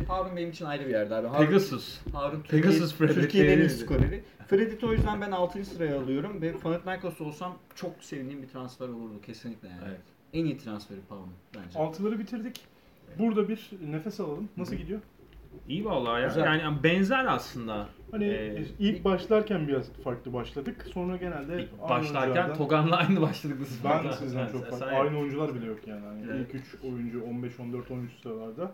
Speaker 4: Harun benim için ayrı bir yerde abi. Harun,
Speaker 5: Pegasus.
Speaker 4: Harun
Speaker 5: Pegasus
Speaker 4: Türkiye,
Speaker 5: Fredet'i
Speaker 4: Türkiye'nin en iyi
Speaker 5: yenerdi.
Speaker 4: skoreri. Fredet'i o yüzden ben 6. sıraya alıyorum ve Panathinaikos olsam çok sevdiğim bir transfer olurdu kesinlikle yani.
Speaker 5: Evet.
Speaker 4: En iyi transferi Paul'un bence.
Speaker 3: Altıları bitirdik. Burada bir nefes alalım. Nasıl
Speaker 5: Hı.
Speaker 3: gidiyor?
Speaker 5: İyi vallahi ya.
Speaker 4: Güzel.
Speaker 5: Yani benzer aslında.
Speaker 3: Hani
Speaker 5: Ee,
Speaker 3: ilk başlarken biraz farklı başladık. Sonra genelde
Speaker 5: İlk
Speaker 3: aynı
Speaker 5: başlarken
Speaker 3: oyunculardan-
Speaker 5: Togan'la aynı başladık biz.
Speaker 3: ben sizden
Speaker 5: Evet,
Speaker 3: çok
Speaker 5: sen-
Speaker 3: farklı.
Speaker 5: sen-
Speaker 3: Aynı oyuncular bile yok yani. Hani İlk
Speaker 4: Evet.
Speaker 3: 3 oyuncu 15 14 13 sıralarda.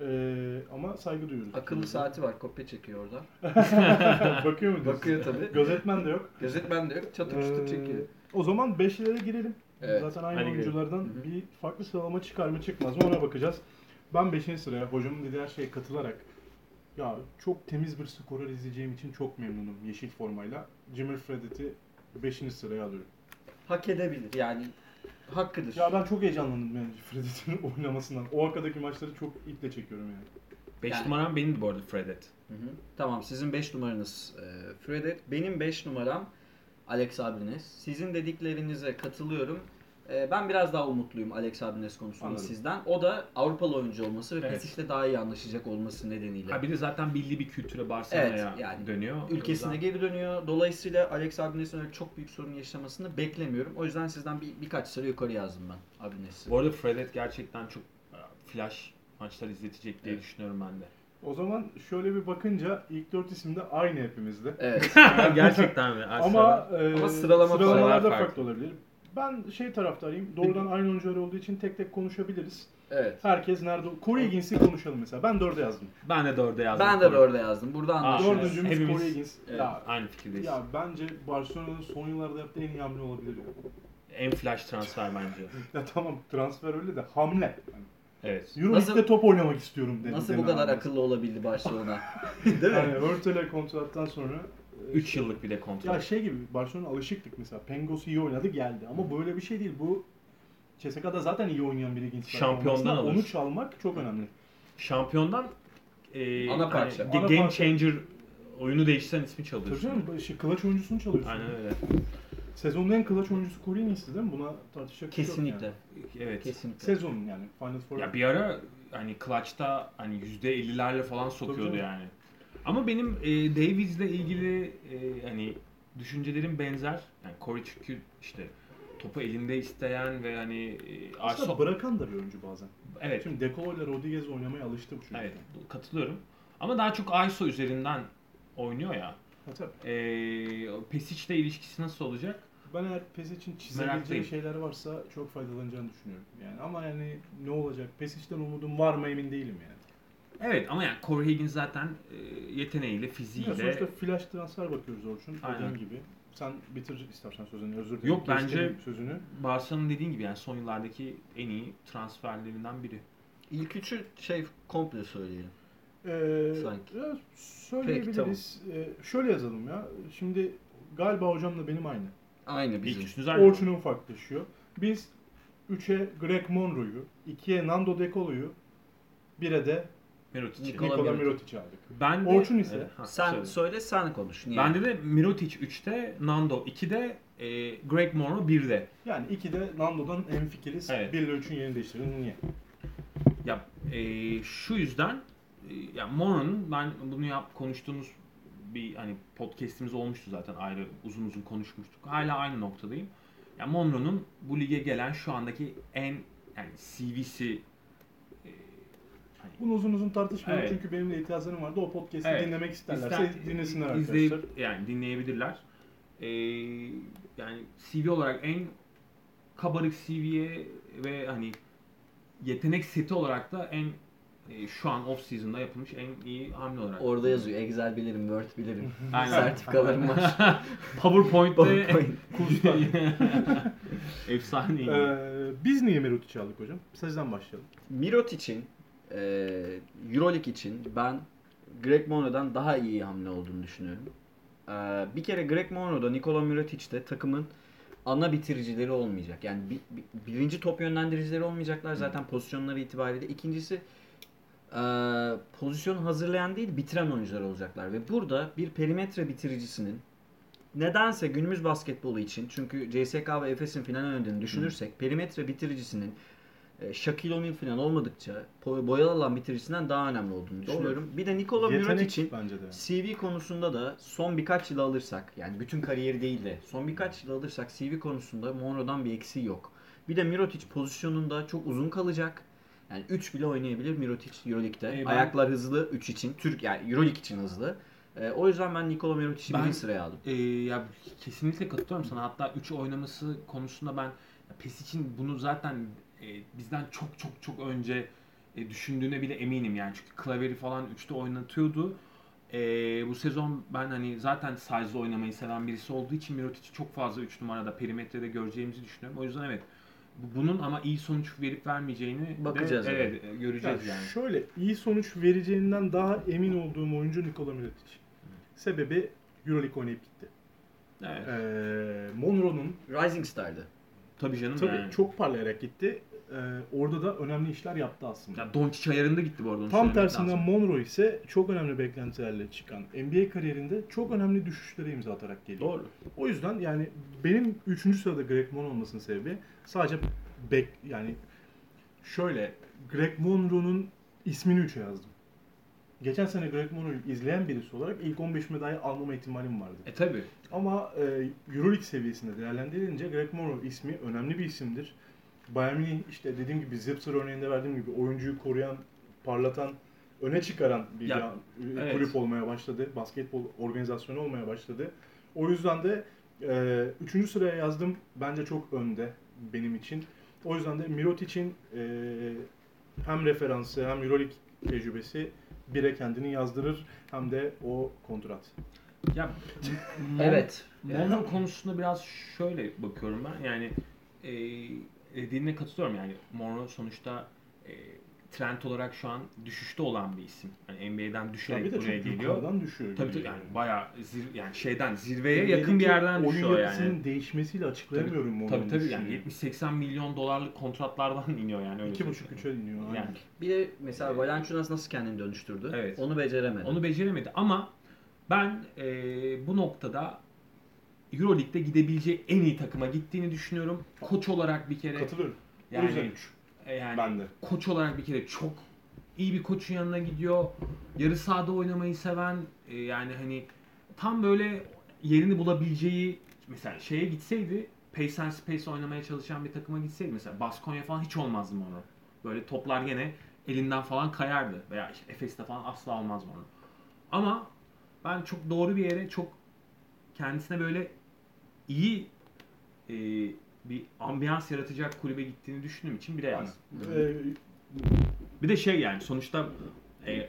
Speaker 3: Ee, ama saygı duyuyoruz.
Speaker 4: Akıllı saati var. Kopya çekiyor orada.
Speaker 3: Bakıyor mu diyorsun?
Speaker 4: Bakıyor tabii.
Speaker 3: Gözetmen de yok.
Speaker 4: Gözetmen de yok. Çatır
Speaker 3: Ee,
Speaker 4: çutur çekiyor.
Speaker 3: O zaman 5'lere girelim.
Speaker 4: Evet.
Speaker 3: Zaten aynı
Speaker 5: Hadi girelim.
Speaker 3: oyunculardan
Speaker 4: Hı hı.
Speaker 3: bir farklı sıralama çıkar mı çıkmaz mı ona bakacağız. Ben 5. sıraya hocamın dediği her şeye katılarak ya çok temiz bir skorer izleyeceğim için çok memnunum yeşil formayla. Jimmy Fredet'i 5. sıraya alıyorum.
Speaker 4: Hak edebilir yani. Hakkıdır.
Speaker 3: Ya ben çok heyecanlandım yani Fredet'in oynamasından. O arkadaki maçları çok iple çekiyorum yani.
Speaker 5: Beş
Speaker 4: Yani-
Speaker 5: numaram benim bu arada Fredet.
Speaker 4: Hı hı. Tamam sizin 5 numaranız e, Fredet. Benim 5 numaram Alex Abrines. Sizin dediklerinize katılıyorum. E, ben biraz daha umutluyum Alex Abrines konusunda
Speaker 3: Anladım.
Speaker 4: sizden. O da Avrupalı oyuncu olması ve
Speaker 5: Evet.
Speaker 4: Pesic'le daha iyi anlaşacak olması nedeniyle.
Speaker 5: Ha bir de zaten belli bir kültüre Barcelona'ya
Speaker 4: Evet, yani
Speaker 5: dönüyor.
Speaker 4: Ülkesine
Speaker 5: O yüzden-
Speaker 4: geri dönüyor. Dolayısıyla Alex Abrines'in öyle çok büyük sorun yaşamasını beklemiyorum. O yüzden sizden bir, birkaç sıra yukarı yazdım ben Abrines'i.
Speaker 5: Bu arada Fredet gerçekten çok e, flash maçlar izletecek diye
Speaker 4: Evet.
Speaker 5: düşünüyorum ben de.
Speaker 3: O zaman şöyle bir bakınca ilk 4 isim de aynı hepimizde.
Speaker 4: Evet.
Speaker 5: gerçekten mi?
Speaker 3: Ama, e,
Speaker 4: Ama sıralama
Speaker 3: sıralamalarda
Speaker 5: farklı.
Speaker 3: farklı. olabilir. Ben şey taraftarıyım. Doğrudan aynı oyuncular olduğu için tek tek konuşabiliriz.
Speaker 4: evet.
Speaker 3: Herkes nerede? Corey Higgins'i konuşalım mesela. Ben 4'e yazdım.
Speaker 5: ben de dörde yazdım.
Speaker 4: Ben de
Speaker 5: Koray.
Speaker 4: orada yazdım. Burada anlaşılıyor.
Speaker 5: evet.
Speaker 3: Dördüncümüz
Speaker 5: Hepimiz-
Speaker 3: Corey Higgins.
Speaker 4: Ah, Evet. Ah,
Speaker 3: Ya,
Speaker 5: Aynı fikirdeyiz.
Speaker 3: ya bence Barcelona'nın son yıllarda yaptığı en iyi hamle olabilir. ya.
Speaker 5: En flash transfer bence.
Speaker 3: Ya tamam transfer öyle de hamle. Yani
Speaker 5: Evet.
Speaker 3: Euroleague'de
Speaker 4: Nasıl-
Speaker 3: top oynamak istiyorum dedi.
Speaker 4: Nasıl bu kadar akıllı olabildi Barcelona? Değil mi?
Speaker 3: Yani Örtel'e kontrattan sonra e,
Speaker 5: 3 yıllık bir de
Speaker 3: Ya
Speaker 5: kontrat.
Speaker 3: şey gibi Barcelona alışıktık mesela. Pengos iyi oynadı geldi ama böyle bir şey değil. Bu CSKA'da zaten iyi oynayan bir ilginç
Speaker 5: Şampiyondan alır.
Speaker 3: Onu çalmak çok önemli.
Speaker 5: Şampiyondan e,
Speaker 4: Ana parça.
Speaker 5: hani ge-
Speaker 3: Ana
Speaker 5: game
Speaker 3: parça.
Speaker 5: changer oyunu değiştiren ismi
Speaker 3: Tabii
Speaker 5: çalıyorsun.
Speaker 3: canım şey, kılaç oyuncusunu çalıyorsun.
Speaker 5: Aynen öyle.
Speaker 3: Sezonun en kılaç oyuncusu Corey Nice'di değil mi? Buna tartışacak bir şey yok
Speaker 4: Kesinlikle.
Speaker 3: Yani. Şey-
Speaker 5: Evet.
Speaker 4: Kesinlikle.
Speaker 3: Sezonun yani Final Four.
Speaker 5: Ya bir ara hani clutch'ta hani %50'lerle falan sokuyordu
Speaker 3: canım.
Speaker 5: yani. Ama benim e, Davies'le ilgili e, hani düşüncelerim benzer. Yani Corey çünkü işte topu elinde isteyen ve hani e,
Speaker 3: Aslında
Speaker 5: Arso-
Speaker 3: bırakan da bir oyuncu bazen.
Speaker 5: evet,
Speaker 3: Şimdi Dekolo ile Rodriguez oynamaya alıştı bu çocuk.
Speaker 5: evet bu- katılıyorum. Ama daha çok ISO üzerinden oynuyor ya.
Speaker 3: Ha, tabii.
Speaker 5: E, Pesic'le ilişkisi nasıl olacak?
Speaker 3: Ben eğer PES için çizebileceği
Speaker 5: Meraklıyım.
Speaker 3: şeyler varsa çok faydalanacağını düşünüyorum. Yani ama yani ne olacak? PES'ten umudum var mı emin değilim yani.
Speaker 5: Evet ama yani Corey Higgins zaten e, yeteneğiyle,
Speaker 3: Ya
Speaker 5: fiziğiyle
Speaker 3: sonuçta flash transfer bakıyoruz Orçun.
Speaker 5: Aynen.
Speaker 3: Dediğim gibi. Sen bitir istersen sözünü. Özür dilerim.
Speaker 5: Yok,
Speaker 3: Kestim
Speaker 5: bence-
Speaker 3: sözünü.
Speaker 5: Barça'nın dediğin gibi yani son yıllardaki en iyi transferlerinden biri.
Speaker 4: İlk üçü şey komple söyleyelim.
Speaker 3: Ee,
Speaker 4: Sanki.
Speaker 3: ya söyleyebiliriz. Ee, şöyle yazalım ya. Şimdi galiba hocamla benim aynı.
Speaker 4: Aynı
Speaker 5: İlk
Speaker 4: bizim.
Speaker 5: üstünü zaten.
Speaker 3: Orçun'un farklılaşıyor. Biz 3'e Greg Monroe'yu, 2'ye Nando De Colo'yu, 1'e de
Speaker 5: Mirotic'i.
Speaker 4: Nikola
Speaker 3: Nikola
Speaker 4: Mirotic.
Speaker 3: Mirotic'i aldık.
Speaker 5: Ben de,
Speaker 3: Orçun ise-
Speaker 5: Evet, ha,
Speaker 4: Sen
Speaker 5: söyle.
Speaker 4: söyle sen konuş. Niye?
Speaker 5: Bende de Mirotic 3'te, Nando 2'de, e, Greg Monroe 1'de.
Speaker 3: Yani 2'de Nando'dan en fikiriz.
Speaker 5: Evet.
Speaker 3: 1 ile 3'ün yerini değiştirdin. Niye?
Speaker 5: Ya e, şu yüzden e, ya Monroe'nun ben bunu yap konuştuğumuz bir hani podcast'imiz olmuştu zaten ayrı uzun uzun konuşmuştuk. Hala aynı noktadayım. Ya Monroe'nun bu lige gelen şu andaki en yani CV'si
Speaker 3: Bunu uzun uzun tartışmayalım
Speaker 5: Evet.
Speaker 3: çünkü benim de itirazlarım vardı. O podcast'i
Speaker 5: Evet.
Speaker 3: dinlemek isterlerse
Speaker 5: İster-
Speaker 3: dinlesinler
Speaker 5: izleyip-
Speaker 3: arkadaşlar.
Speaker 5: yani dinleyebilirler. Ee, yani CV olarak en kabarık CV'ye ve hani yetenek seti olarak da en e, şu an off season'da yapılmış en iyi hamle olarak.
Speaker 4: Orada yazıyor. Excel bilirim, Word bilirim.
Speaker 5: Aynen.
Speaker 4: Sertifikalarım var.
Speaker 5: PowerPoint'te
Speaker 4: PowerPoint.
Speaker 5: kursta efsane. iyi.
Speaker 3: Ee, biz niye Mirotic'i aldık hocam? Sizden başlayalım.
Speaker 4: Mirotic'in e, Euroleague için ben Greg Monroe'dan daha iyi hamle olduğunu düşünüyorum. Ee, bir kere Greg Monroe'da, Nikola Mirotic de takımın ana bitiricileri olmayacak. Yani bi- bi- birinci top yönlendiricileri olmayacaklar zaten pozisyonları itibariyle. İkincisi e, pozisyon hazırlayan değil bitiren oyuncular olacaklar. Ve burada bir perimetre bitiricisinin nedense günümüz basketbolu için çünkü CSK ve Efes'in final oynadığını düşünürsek perimetre bitiricisinin e, Shaquille O'Neal falan olmadıkça po- boyalı alan bitiricisinden daha önemli olduğunu düşünüyorum. Bir de Nikola Mirotic
Speaker 3: Yetenek
Speaker 4: için
Speaker 3: bence de.
Speaker 4: CV konusunda da son birkaç yıl alırsak yani bütün kariyeri değil de son birkaç yıl alırsak CV konusunda Monroe'dan bir eksiği yok. Bir de Mirotic pozisyonunda çok uzun kalacak. Yani 3 bile oynayabilir Mirotic Euroleague'de.
Speaker 5: Ee, ben-
Speaker 4: Ayaklar hızlı 3 için. Türk yani Euroleague için hızlı. Ee, o yüzden ben Nikola Mirotic'i
Speaker 5: Ben-
Speaker 4: birinci sıraya aldım.
Speaker 5: Ee, ya kesinlikle katılıyorum sana. Hatta 3 oynaması konusunda ben PES için bunu zaten e, bizden çok çok çok önce e, düşündüğüne bile eminim yani. Çünkü Klaveri falan 3'te oynatıyordu. E, bu sezon ben hani zaten size'da oynamayı seven birisi olduğu için Mirotic'i çok fazla 3 numarada perimetrede göreceğimizi düşünüyorum. O yüzden evet. bu- Bunun ama iyi sonuç verip vermeyeceğini de-
Speaker 4: Bakacağız,
Speaker 5: evet, e,
Speaker 3: Ya
Speaker 5: göreceğiz yani.
Speaker 3: Şöyle iyi sonuç vereceğinden daha emin olduğum oyuncu Nikola Mirotic. Sebebi Euroleague oynayıp gitti.
Speaker 5: Evet.
Speaker 3: Ee, Monroe'nun
Speaker 4: Rising Star'dı.
Speaker 5: Tabii canım
Speaker 3: tabii
Speaker 5: yani.
Speaker 3: çok parlayarak gitti. Ee, orada da önemli işler yaptı aslında.
Speaker 5: Ya Doncic ayarında gitti bu arada. onu
Speaker 3: Tam
Speaker 5: söylemek
Speaker 3: tersinden
Speaker 5: lazım.
Speaker 3: Monroe ise çok önemli beklentilerle çıkan NBA kariyerinde çok önemli düşüşlere imza atarak geliyor.
Speaker 5: Doğru.
Speaker 3: O yüzden yani benim 3. sırada Greg Monroe olmasının sebebi sadece bek yani şöyle Greg Monroe'nun ismini 3'e yazdım. Geçen sene Greg Monroe'yu izleyen birisi olarak ilk 15 madalya almama ihtimalim vardı.
Speaker 5: E tabii.
Speaker 3: Ama e, Euroleague seviyesinde değerlendirilince Greg Monroe ismi önemli bir isimdir. Bayern Münih işte dediğim gibi Zipser örneğinde verdiğim gibi oyuncuyu koruyan, parlatan, öne çıkaran bir
Speaker 5: Ya,
Speaker 3: ya- e,
Speaker 5: evet.
Speaker 3: kulüp olmaya başladı. Basketbol organizasyonu olmaya başladı. O yüzden de e, üçüncü sıraya yazdım. Bence çok önde benim için. O yüzden de Mirotic'in e, hem referansı hem Euroleague tecrübesi bire kendini yazdırır hem de o kontrat.
Speaker 5: Ya
Speaker 4: Evet.
Speaker 5: Monroe konusunda biraz şöyle bakıyorum ben. Yani e, dediğine katılıyorum yani Monroe sonuçta e, trend olarak şu an düşüşte olan bir isim. Hani Yani NBA'den
Speaker 3: Ya bir
Speaker 5: düşerek
Speaker 3: de
Speaker 5: buraya
Speaker 3: çok
Speaker 5: geliyor.
Speaker 3: yukarıdan düşüyor.
Speaker 5: Tabii
Speaker 3: gibi
Speaker 5: tabii
Speaker 3: geliyor.
Speaker 5: yani bayağı zir, yani şeyden zirveye
Speaker 3: Yani
Speaker 5: yakın bir
Speaker 3: belki
Speaker 5: yerden düşüyor
Speaker 3: Oyun
Speaker 5: yani.
Speaker 3: yapısının değişmesiyle açıklayamıyorum onu.
Speaker 5: Tabii tabii yani 70-80 milyon dolarlık kontratlardan iniyor yani öyle.
Speaker 3: 2,5-3'e iniyor. aynen.
Speaker 5: Yani.
Speaker 4: Bir de mesela Valanciunas nasıl kendini dönüştürdü?
Speaker 5: Ee, Evet.
Speaker 4: Onu beceremedi.
Speaker 5: Onu beceremedi ama ben e, bu noktada Euroleague'de gidebileceği en iyi takıma gittiğini düşünüyorum. Koç olarak bir hani kere
Speaker 3: Katılıyorum. Yani, o yüzden
Speaker 5: yani, e,
Speaker 3: 3.
Speaker 5: yani
Speaker 3: Ben de.
Speaker 5: koç olarak bir kere çok iyi bir koçun yanına gidiyor. Yarı sahada oynamayı seven e, yani hani tam böyle yerini bulabileceği mesela şeye gitseydi Pace and Space oynamaya çalışan bir takıma gitseydi mesela Baskonya falan hiç olmazdı onu. Böyle toplar gene elinden falan kayardı veya işte Efes'te falan asla olmaz onu. Ama ben çok doğru bir yere çok kendisine böyle iyi e, bir ambiyans yaratacak kulübe gittiğini düşündüğüm için bile yazdım.
Speaker 3: Ee,
Speaker 5: Bir de şey yani sonuçta e,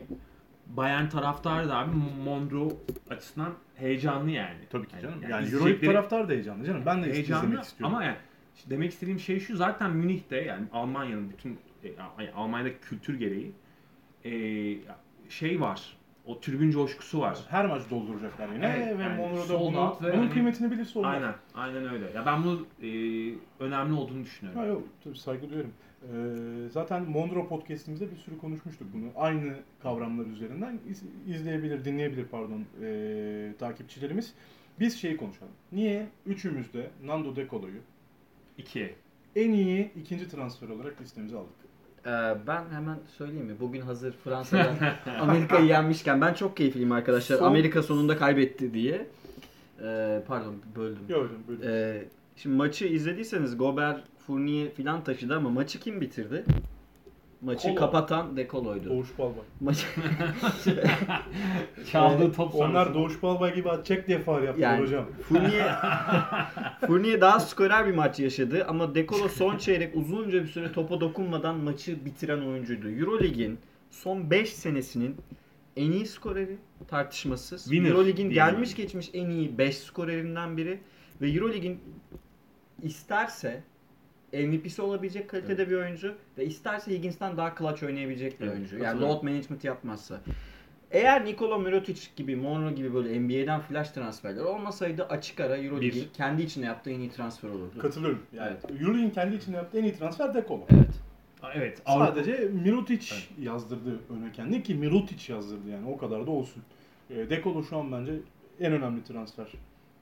Speaker 5: Bayern taraftarı da abi Monroe açısından heyecanlı yani.
Speaker 3: tabii ki canım. Yani,
Speaker 5: izleyecekleri-
Speaker 3: Euroleague taraftar da heyecanlı canım. Ben de
Speaker 5: heyecanlı
Speaker 3: izlemek istiyorum.
Speaker 5: ama yani işte demek istediğim şey şu zaten Münih'te yani Almanya'nın bütün e, Al- Almanya'daki kültür gereği e, şey var. O tribün coşkusu var.
Speaker 3: her maç dolduracaklar yine
Speaker 5: Evet,
Speaker 3: ve
Speaker 5: yani
Speaker 3: Monroe'da
Speaker 5: sold
Speaker 3: bunu,
Speaker 5: out ve
Speaker 3: bunun
Speaker 5: hani-
Speaker 3: kıymetini bilirse olmaz.
Speaker 5: Aynen, aynen öyle. Ya ben bunu e, önemli olduğunu düşünüyorum.
Speaker 3: Ha, yok, tabii saygı duyarım. Ee, zaten Monroe podcastimizde bir sürü konuşmuştuk bunu. Aynı kavramlar üzerinden iz- izleyebilir, dinleyebilir pardon ee, takipçilerimiz. Biz şeyi konuşalım. Niye üçümüz de Nando De Colo'yu
Speaker 5: İki.
Speaker 3: en iyi ikinci transfer olarak listemize aldık.
Speaker 4: Ee, ben hemen söyleyeyim mi? Bugün hazır Fransa'da Amerika'yı yenmişken ben çok keyifliyim arkadaşlar.
Speaker 3: Son-
Speaker 4: Amerika sonunda kaybetti diye. Ee, pardon böldüm.
Speaker 3: Gördüm böyle.
Speaker 4: Ee, şimdi maçı izlediyseniz Gober, Fournier filan taşıdı ama maçı kim bitirdi? Maçı
Speaker 5: Kolo.
Speaker 4: kapatan De Colo'ydu.
Speaker 3: Doğuş Balbay.
Speaker 4: Maçı
Speaker 5: Çaldığı
Speaker 3: Ee,
Speaker 5: top
Speaker 3: Onlar
Speaker 5: sonrası.
Speaker 3: Doğuş Balbay gibi atacak diye faal yaptılar
Speaker 4: yani
Speaker 3: hocam.
Speaker 4: Fournier, Fournier daha skorer bir maç yaşadı ama De Colo son çeyrek uzunca bir süre topa dokunmadan maçı bitiren oyuncuydu. Eurolig'in son 5 senesinin en iyi skoreri tartışmasız.
Speaker 5: Winner
Speaker 4: Eurolig'in
Speaker 5: diyelim.
Speaker 4: gelmiş geçmiş en iyi 5 skorerinden biri ve Eurolig'in isterse MVP'si olabilecek kalitede bir oyuncu ve isterse Higgins'ten daha clutch oynayabilecek bir
Speaker 5: Evet,
Speaker 4: oyuncu. Yani
Speaker 5: katılıyorum.
Speaker 4: load management yapmazsa. Eğer Nikola Mirotic gibi, Monroe gibi böyle NBA'den flash transferler olmasaydı açık ara Euroleague'in
Speaker 5: Bir.
Speaker 4: kendi içine yaptığı en iyi transfer olurdu.
Speaker 3: Katılıyorum. Yani Euroleague'in kendi içinde yaptığı en iyi transfer Dekolo.
Speaker 4: Evet.
Speaker 5: Evet. Avrupa-
Speaker 3: Sadece Mirotic yazdırdı öne kendini ki Mirotic yazdırdı yani o kadar da olsun. E, Dekolo şu an bence en önemli transfer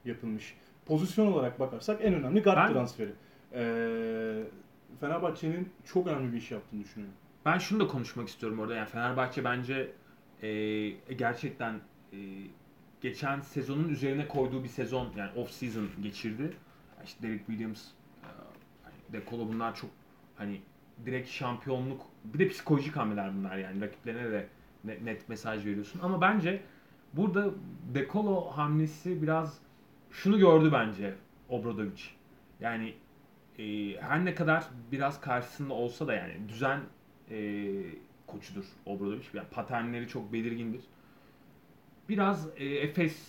Speaker 3: yapılmış. Pozisyon olarak bakarsak en önemli guard
Speaker 5: Ben-
Speaker 3: transferi. E, Fenerbahçe'nin çok önemli bir iş yaptığını düşünüyorum.
Speaker 5: Ben şunu da konuşmak istiyorum orada. Yani Fenerbahçe bence e, gerçekten e, geçen sezonun üzerine koyduğu bir sezon yani off season geçirdi. İşte Derek Williams, e, De Colo bunlar çok hani direkt şampiyonluk bir de psikolojik hamleler bunlar yani rakiplerine de ne- net mesaj veriyorsun. Ama bence burada De Colo hamlesi biraz şunu gördü bence Obradovic. Yani e, her ne kadar biraz karşısında olsa da yani düzen e, koçudur Obradovic. Yani paternleri çok belirgindir. Biraz e, Efes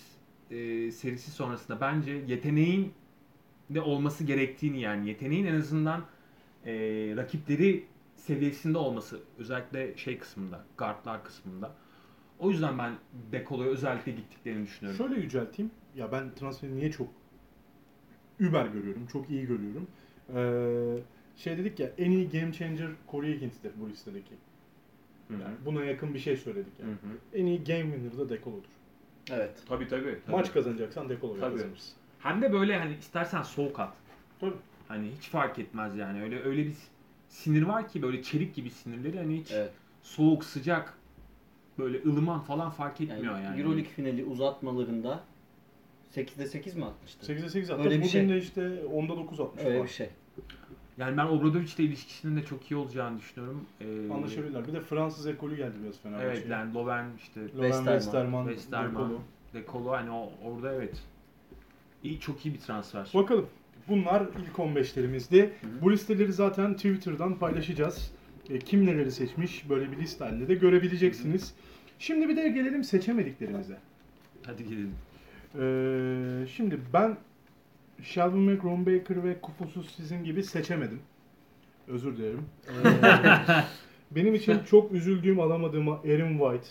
Speaker 5: e, serisi sonrasında bence yeteneğin de olması gerektiğini yani yeteneğin en azından e, rakipleri seviyesinde olması özellikle şey kısmında, guardlar kısmında. O yüzden ben Dekolo'ya özellikle gittiklerini düşünüyorum.
Speaker 3: Şöyle yücelteyim. Ya ben transferi niye çok über görüyorum, çok iyi görüyorum. E, şey dedik ya en iyi game changer Corey Higgins'tir bu listedeki.
Speaker 5: Hı hı.
Speaker 3: Yani buna yakın bir şey söyledik
Speaker 5: Hı
Speaker 3: yani.
Speaker 5: hı.
Speaker 3: En iyi game winner da Dekolo'dur.
Speaker 4: Evet.
Speaker 5: Tabii tabii. tabii.
Speaker 3: Maç kazanacaksan Dekolo'yu
Speaker 5: Tabii.
Speaker 3: kazanırsın.
Speaker 5: Hem de böyle hani istersen soğuk at.
Speaker 3: Tabii.
Speaker 5: Hani hiç fark etmez yani. Öyle öyle bir sinir var ki böyle çelik gibi sinirleri hani hiç
Speaker 4: Evet.
Speaker 5: soğuk sıcak böyle ılıman falan fark
Speaker 4: Yani,
Speaker 5: etmiyor yani.
Speaker 4: Euroleague finali uzatmalarında 8'de 8 mi atmıştı?
Speaker 3: 8'e 8 attı.
Speaker 4: Öyle bir
Speaker 3: Bugün
Speaker 4: şey.
Speaker 3: de işte 10'da 9 atmış.
Speaker 4: Öyle
Speaker 3: falan.
Speaker 4: bir şey.
Speaker 5: Yani ben Obradovic'le ilişkisinin de çok iyi olacağını düşünüyorum. Ee,
Speaker 4: şey.
Speaker 3: Anlaşabilirler. Bir de Fransız ekolü geldi biraz Fenerbahçe'ye.
Speaker 5: Evet yani Loven işte
Speaker 3: Loren
Speaker 4: Westerman.
Speaker 3: Westerman,
Speaker 5: Westerman.
Speaker 3: Dekolo.
Speaker 5: De Colo hani o, orada evet. İyi çok iyi bir transfer.
Speaker 3: Bakalım. Bunlar ilk 15'lerimizdi. Bu listeleri zaten Twitter'dan paylaşacağız. E, kim neleri seçmiş böyle bir liste halinde de görebileceksiniz. Şimdi bir de gelelim seçemediklerimize.
Speaker 5: Hadi gidelim.
Speaker 3: Ee, şimdi ben Shelby Mack, Ron Baker ve Kufos'u sizin gibi seçemedim. Özür dilerim. Ee, benim için çok üzüldüğüm alamadığıma Aaron White,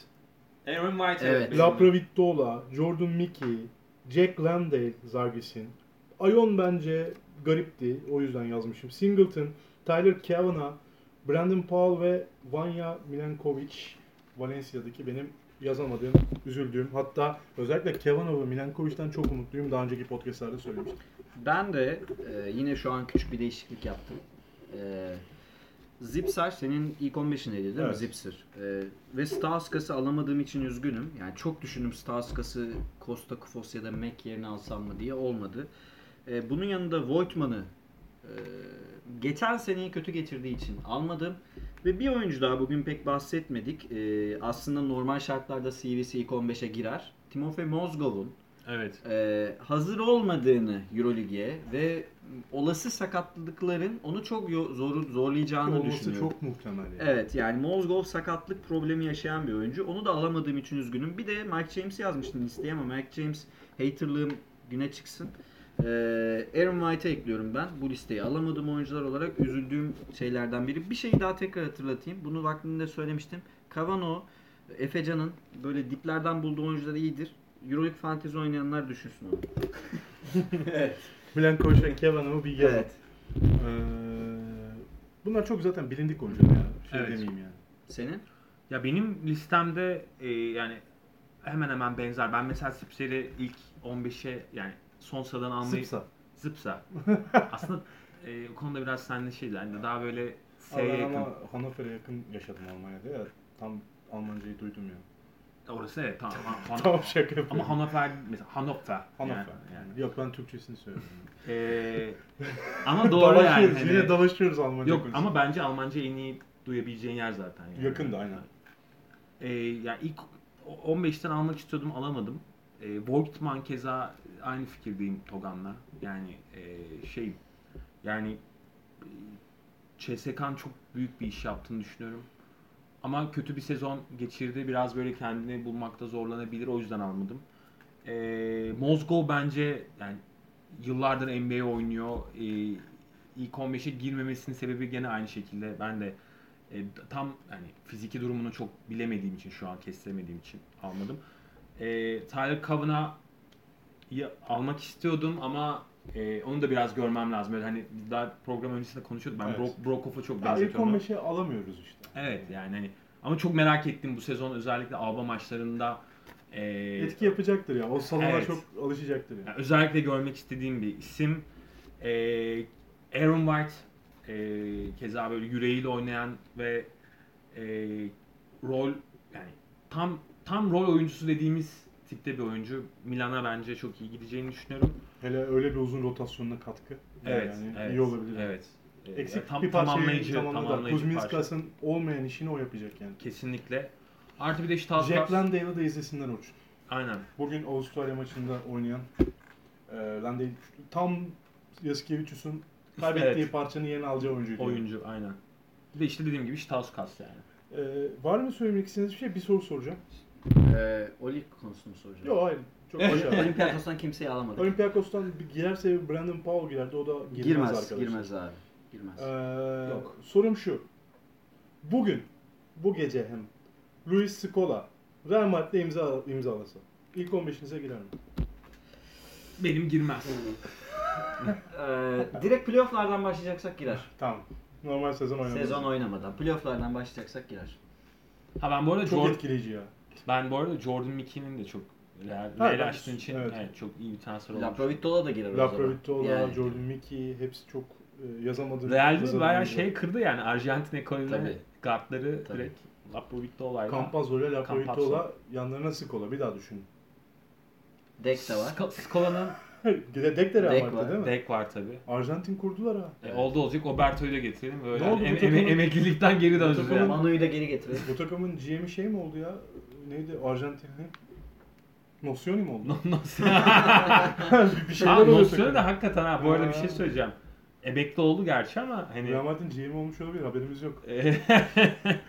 Speaker 5: Aaron White
Speaker 4: Evet. evet.
Speaker 3: Lapra Vittola, Jordan Mickey, Jack Landale Zargis'in. Ayon bence garipti. O yüzden yazmışım. Singleton, Tyler Kavanaugh, Brandon Paul ve Vanya Milankovic. Valencia'daki benim yazamadığım, üzüldüğüm. Hatta özellikle Kavanaugh ve Milankovic'den çok umutluyum. Daha önceki podcastlerde söylemiştim.
Speaker 4: Ben de e, yine şu an küçük bir değişiklik yaptım. E, Zipser senin ilk 15'indeydi değil mi
Speaker 3: Evet.
Speaker 4: Zipser? E, ve Staskas'ı alamadığım için üzgünüm. Yani çok düşündüm Staskas'ı Costa Kufos ya da Mac yerine alsam mı diye olmadı. E, bunun yanında Voigtman'ı e, geçen seneyi kötü getirdiği için almadım. Ve bir oyuncu daha bugün pek bahsetmedik. E, aslında normal şartlarda CVC ilk 15'e girer. Timofey Mozgov'un
Speaker 5: Evet.
Speaker 4: ee, hazır olmadığını Euroleague'e ve olası sakatlıkların onu çok yo- zor, zorlayacağını
Speaker 3: Olması
Speaker 4: düşünüyorum.
Speaker 3: çok muhtemel. yani.
Speaker 4: Evet yani Mozgov sakatlık problemi yaşayan bir oyuncu. Onu da alamadığım için üzgünüm. Bir de Mike James'i yazmıştım listeye ama Mike James haterlığım güne çıksın. Ee, Aaron White'ı ekliyorum ben. Bu listeyi alamadığım oyuncular olarak üzüldüğüm şeylerden biri. Bir şeyi daha tekrar hatırlatayım. Bunu vaktinde söylemiştim. Kavano, Efecan'ın böyle diplerden bulduğu oyuncular iyidir. Euroleague Fantasy oynayanlar düşünsün onu.
Speaker 3: Milankovic ve Kavanagh'ı bir yazın.
Speaker 4: Evet.
Speaker 3: Ee, bunlar çok zaten bilindik oyuncular ya. Şey
Speaker 5: Evet.
Speaker 3: demeyeyim yani.
Speaker 4: Senin?
Speaker 5: Ya benim listemde e, yani hemen hemen benzer. Ben mesela Sipser'i ilk 15'e yani son sıradan almayı...
Speaker 3: Sıpsa.
Speaker 5: Zıpsa. Aslında e, o konuda biraz seninle şeydi. Yani daha böyle S'ye
Speaker 3: Ben
Speaker 5: yakın.
Speaker 3: ama Hannover'e yakın yaşadım Almanya'da ya. Tam Almancayı duydum ya.
Speaker 5: Orası evet tamam. Han-
Speaker 3: Tamam şaka yapıyorum.
Speaker 5: Ama Hannover mesela Hannover.
Speaker 3: Hannover.
Speaker 5: Yani, yani.
Speaker 3: Yok ben Türkçesini söylüyorum.
Speaker 5: E, ama doğru yani.
Speaker 3: Dalaşıyoruz,
Speaker 5: Hani-
Speaker 3: Yine dalaşıyoruz Almanca
Speaker 5: Yok
Speaker 3: konusunda.
Speaker 5: ama bence Almanca en iyi duyabileceğin yer zaten. Yani.
Speaker 3: Yakın da, aynen.
Speaker 5: E, yani ilk 15'ten almak istiyordum alamadım. E, Voigtman keza aynı fikirdeyim Togan'la. Yani e, şey yani e, CSK'nın çok büyük bir iş yaptığını düşünüyorum. Ama kötü bir sezon geçirdi. Biraz böyle kendini bulmakta zorlanabilir. O yüzden almadım. E, Mozgov bence yani yıllardır NBA Ee, oynuyor. E, ilk 15'e girmemesinin sebebi gene aynı şekilde. Ben de e, E, tam hani fiziki durumunu çok bilemediğim için şu an kestiremediğim için almadım. E, Tyler Kavanagh'ı almak istiyordum ama e, onu da biraz görmem lazım. Böyle hani biz daha program öncesinde konuşuyorduk. Ben
Speaker 3: Evet.
Speaker 5: Brock, Brockhoff'a çok
Speaker 3: Ya ilk
Speaker 5: benzetiyorum.
Speaker 3: 15'e alamıyoruz işte.
Speaker 5: Evet yani hani ama çok merak ettim bu sezon özellikle ABA maçlarında e,
Speaker 3: Etki yapacaktır ya. O salona
Speaker 5: Evet.
Speaker 3: çok alışacaktır ya.
Speaker 5: yani özellikle görmek istediğim bir isim. Ee, Aaron White ee, keza böyle yüreğiyle oynayan ve ee, rol yani tam tam rol oyuncusu dediğimiz tipte bir oyuncu. Milan'a bence çok iyi gideceğini düşünüyorum.
Speaker 3: Hele öyle bir uzun rotasyonuna katkı.
Speaker 5: Evet,
Speaker 3: Yani
Speaker 5: evet
Speaker 3: iyi olabilir.
Speaker 5: Evet. Ee,
Speaker 3: Eksik
Speaker 5: tam-
Speaker 3: bir parçayı
Speaker 5: tamamlayıcı-
Speaker 3: tamamladı.
Speaker 5: tamamlayıcı parça.
Speaker 3: Kuzminskas'ın olmayan işini o yapacak yani.
Speaker 5: kesinlikle. Artı bir de işte Tavkas-
Speaker 3: Jack Landale'ı da izlesinler Orçun.
Speaker 5: Aynen.
Speaker 3: Bugün Avustralya maçında oynayan e, Landale tam Yasikevicius'un kaybettiği
Speaker 5: Evet.
Speaker 3: parçanın yeni alacağı oyuncuydu.
Speaker 5: Oyuncu aynen. Bir de işte dediğim gibi işte Tauskas yani.
Speaker 3: E, var mı söylemek istediğiniz bir şey? Bir soru soracağım.
Speaker 4: Ee, o lig konusunu soracağım.
Speaker 3: Yok hayır. Çok aşağı.
Speaker 4: Olympiakos'tan kimseyi alamadık.
Speaker 3: Olympiakos'tan bir girerse Brandon Powell girerdi. O da girmez,
Speaker 4: girmez,
Speaker 3: arkadaşlar.
Speaker 4: girmez abi. Girmez.
Speaker 3: Ee,
Speaker 5: Yok.
Speaker 3: Sorum şu. Bugün, bu gece hem Luis Scola Real Madrid'de imza imzalasa. İlk 15'inize girer mi?
Speaker 5: Benim girmez.
Speaker 4: Ee, direkt playofflardan başlayacaksak girer.
Speaker 3: Tamam. Normal sezon oynamadı.
Speaker 4: Sezon oynamadan. Playofflardan başlayacaksak girer.
Speaker 5: Ha ben bu arada
Speaker 3: Çok
Speaker 5: Jordan-
Speaker 3: etkileyici ya.
Speaker 5: Ben bu arada Jordan Mickey'nin de çok real,
Speaker 3: Ha,
Speaker 5: real
Speaker 3: ben-
Speaker 5: açtığı için
Speaker 3: evet.
Speaker 5: evet, çok iyi bir transfer olmuş.
Speaker 4: Laprovittola da girer o zaman.
Speaker 3: Laprovittola,
Speaker 4: Yani.
Speaker 3: Jordan Mickey hepsi çok e, yazamadı.
Speaker 5: Real'de
Speaker 3: yazamadı
Speaker 5: bayağı
Speaker 3: oyuncu.
Speaker 5: şey kırdı yani Arjantin ekolüne
Speaker 4: Tabii.
Speaker 5: kartları
Speaker 4: Tabii.
Speaker 5: direkt Laprovitto'layla.
Speaker 3: Campazzo ile Laprovittola
Speaker 5: Campazzo.
Speaker 3: yanlarına Scola bir daha düşün.
Speaker 4: Dek de var.
Speaker 5: Sk- Skola'nın
Speaker 3: Gidek de Real
Speaker 4: Dek
Speaker 3: Madrid'de
Speaker 4: var,
Speaker 3: değil mi?
Speaker 5: dek var tabi.
Speaker 3: Arjantin kurdular ha.
Speaker 5: E, oldu olacak Oberto'yu da getirelim. Böyle
Speaker 3: Ne oldu
Speaker 5: hani
Speaker 3: bu
Speaker 5: em-
Speaker 3: takımın-
Speaker 5: em- emeklilikten geri döneceğiz
Speaker 3: takımın-
Speaker 5: yani.
Speaker 4: Manu'yu da geri getirir.
Speaker 3: Bu takımın GM'i şey mi oldu ya? Neydi Arjantinli? Nocioni mi oldu?
Speaker 5: Nasıl?
Speaker 3: bir şeyler
Speaker 5: Tamam
Speaker 3: oluyor
Speaker 5: Nostrio'ya
Speaker 3: takımda.
Speaker 5: da hakikaten ha bu arada bir şey
Speaker 3: Ha.
Speaker 5: söyleyeceğim. Emekli oldu gerçi ama hani
Speaker 3: Real Madrid'in GM olmuş olabilir haberimiz yok.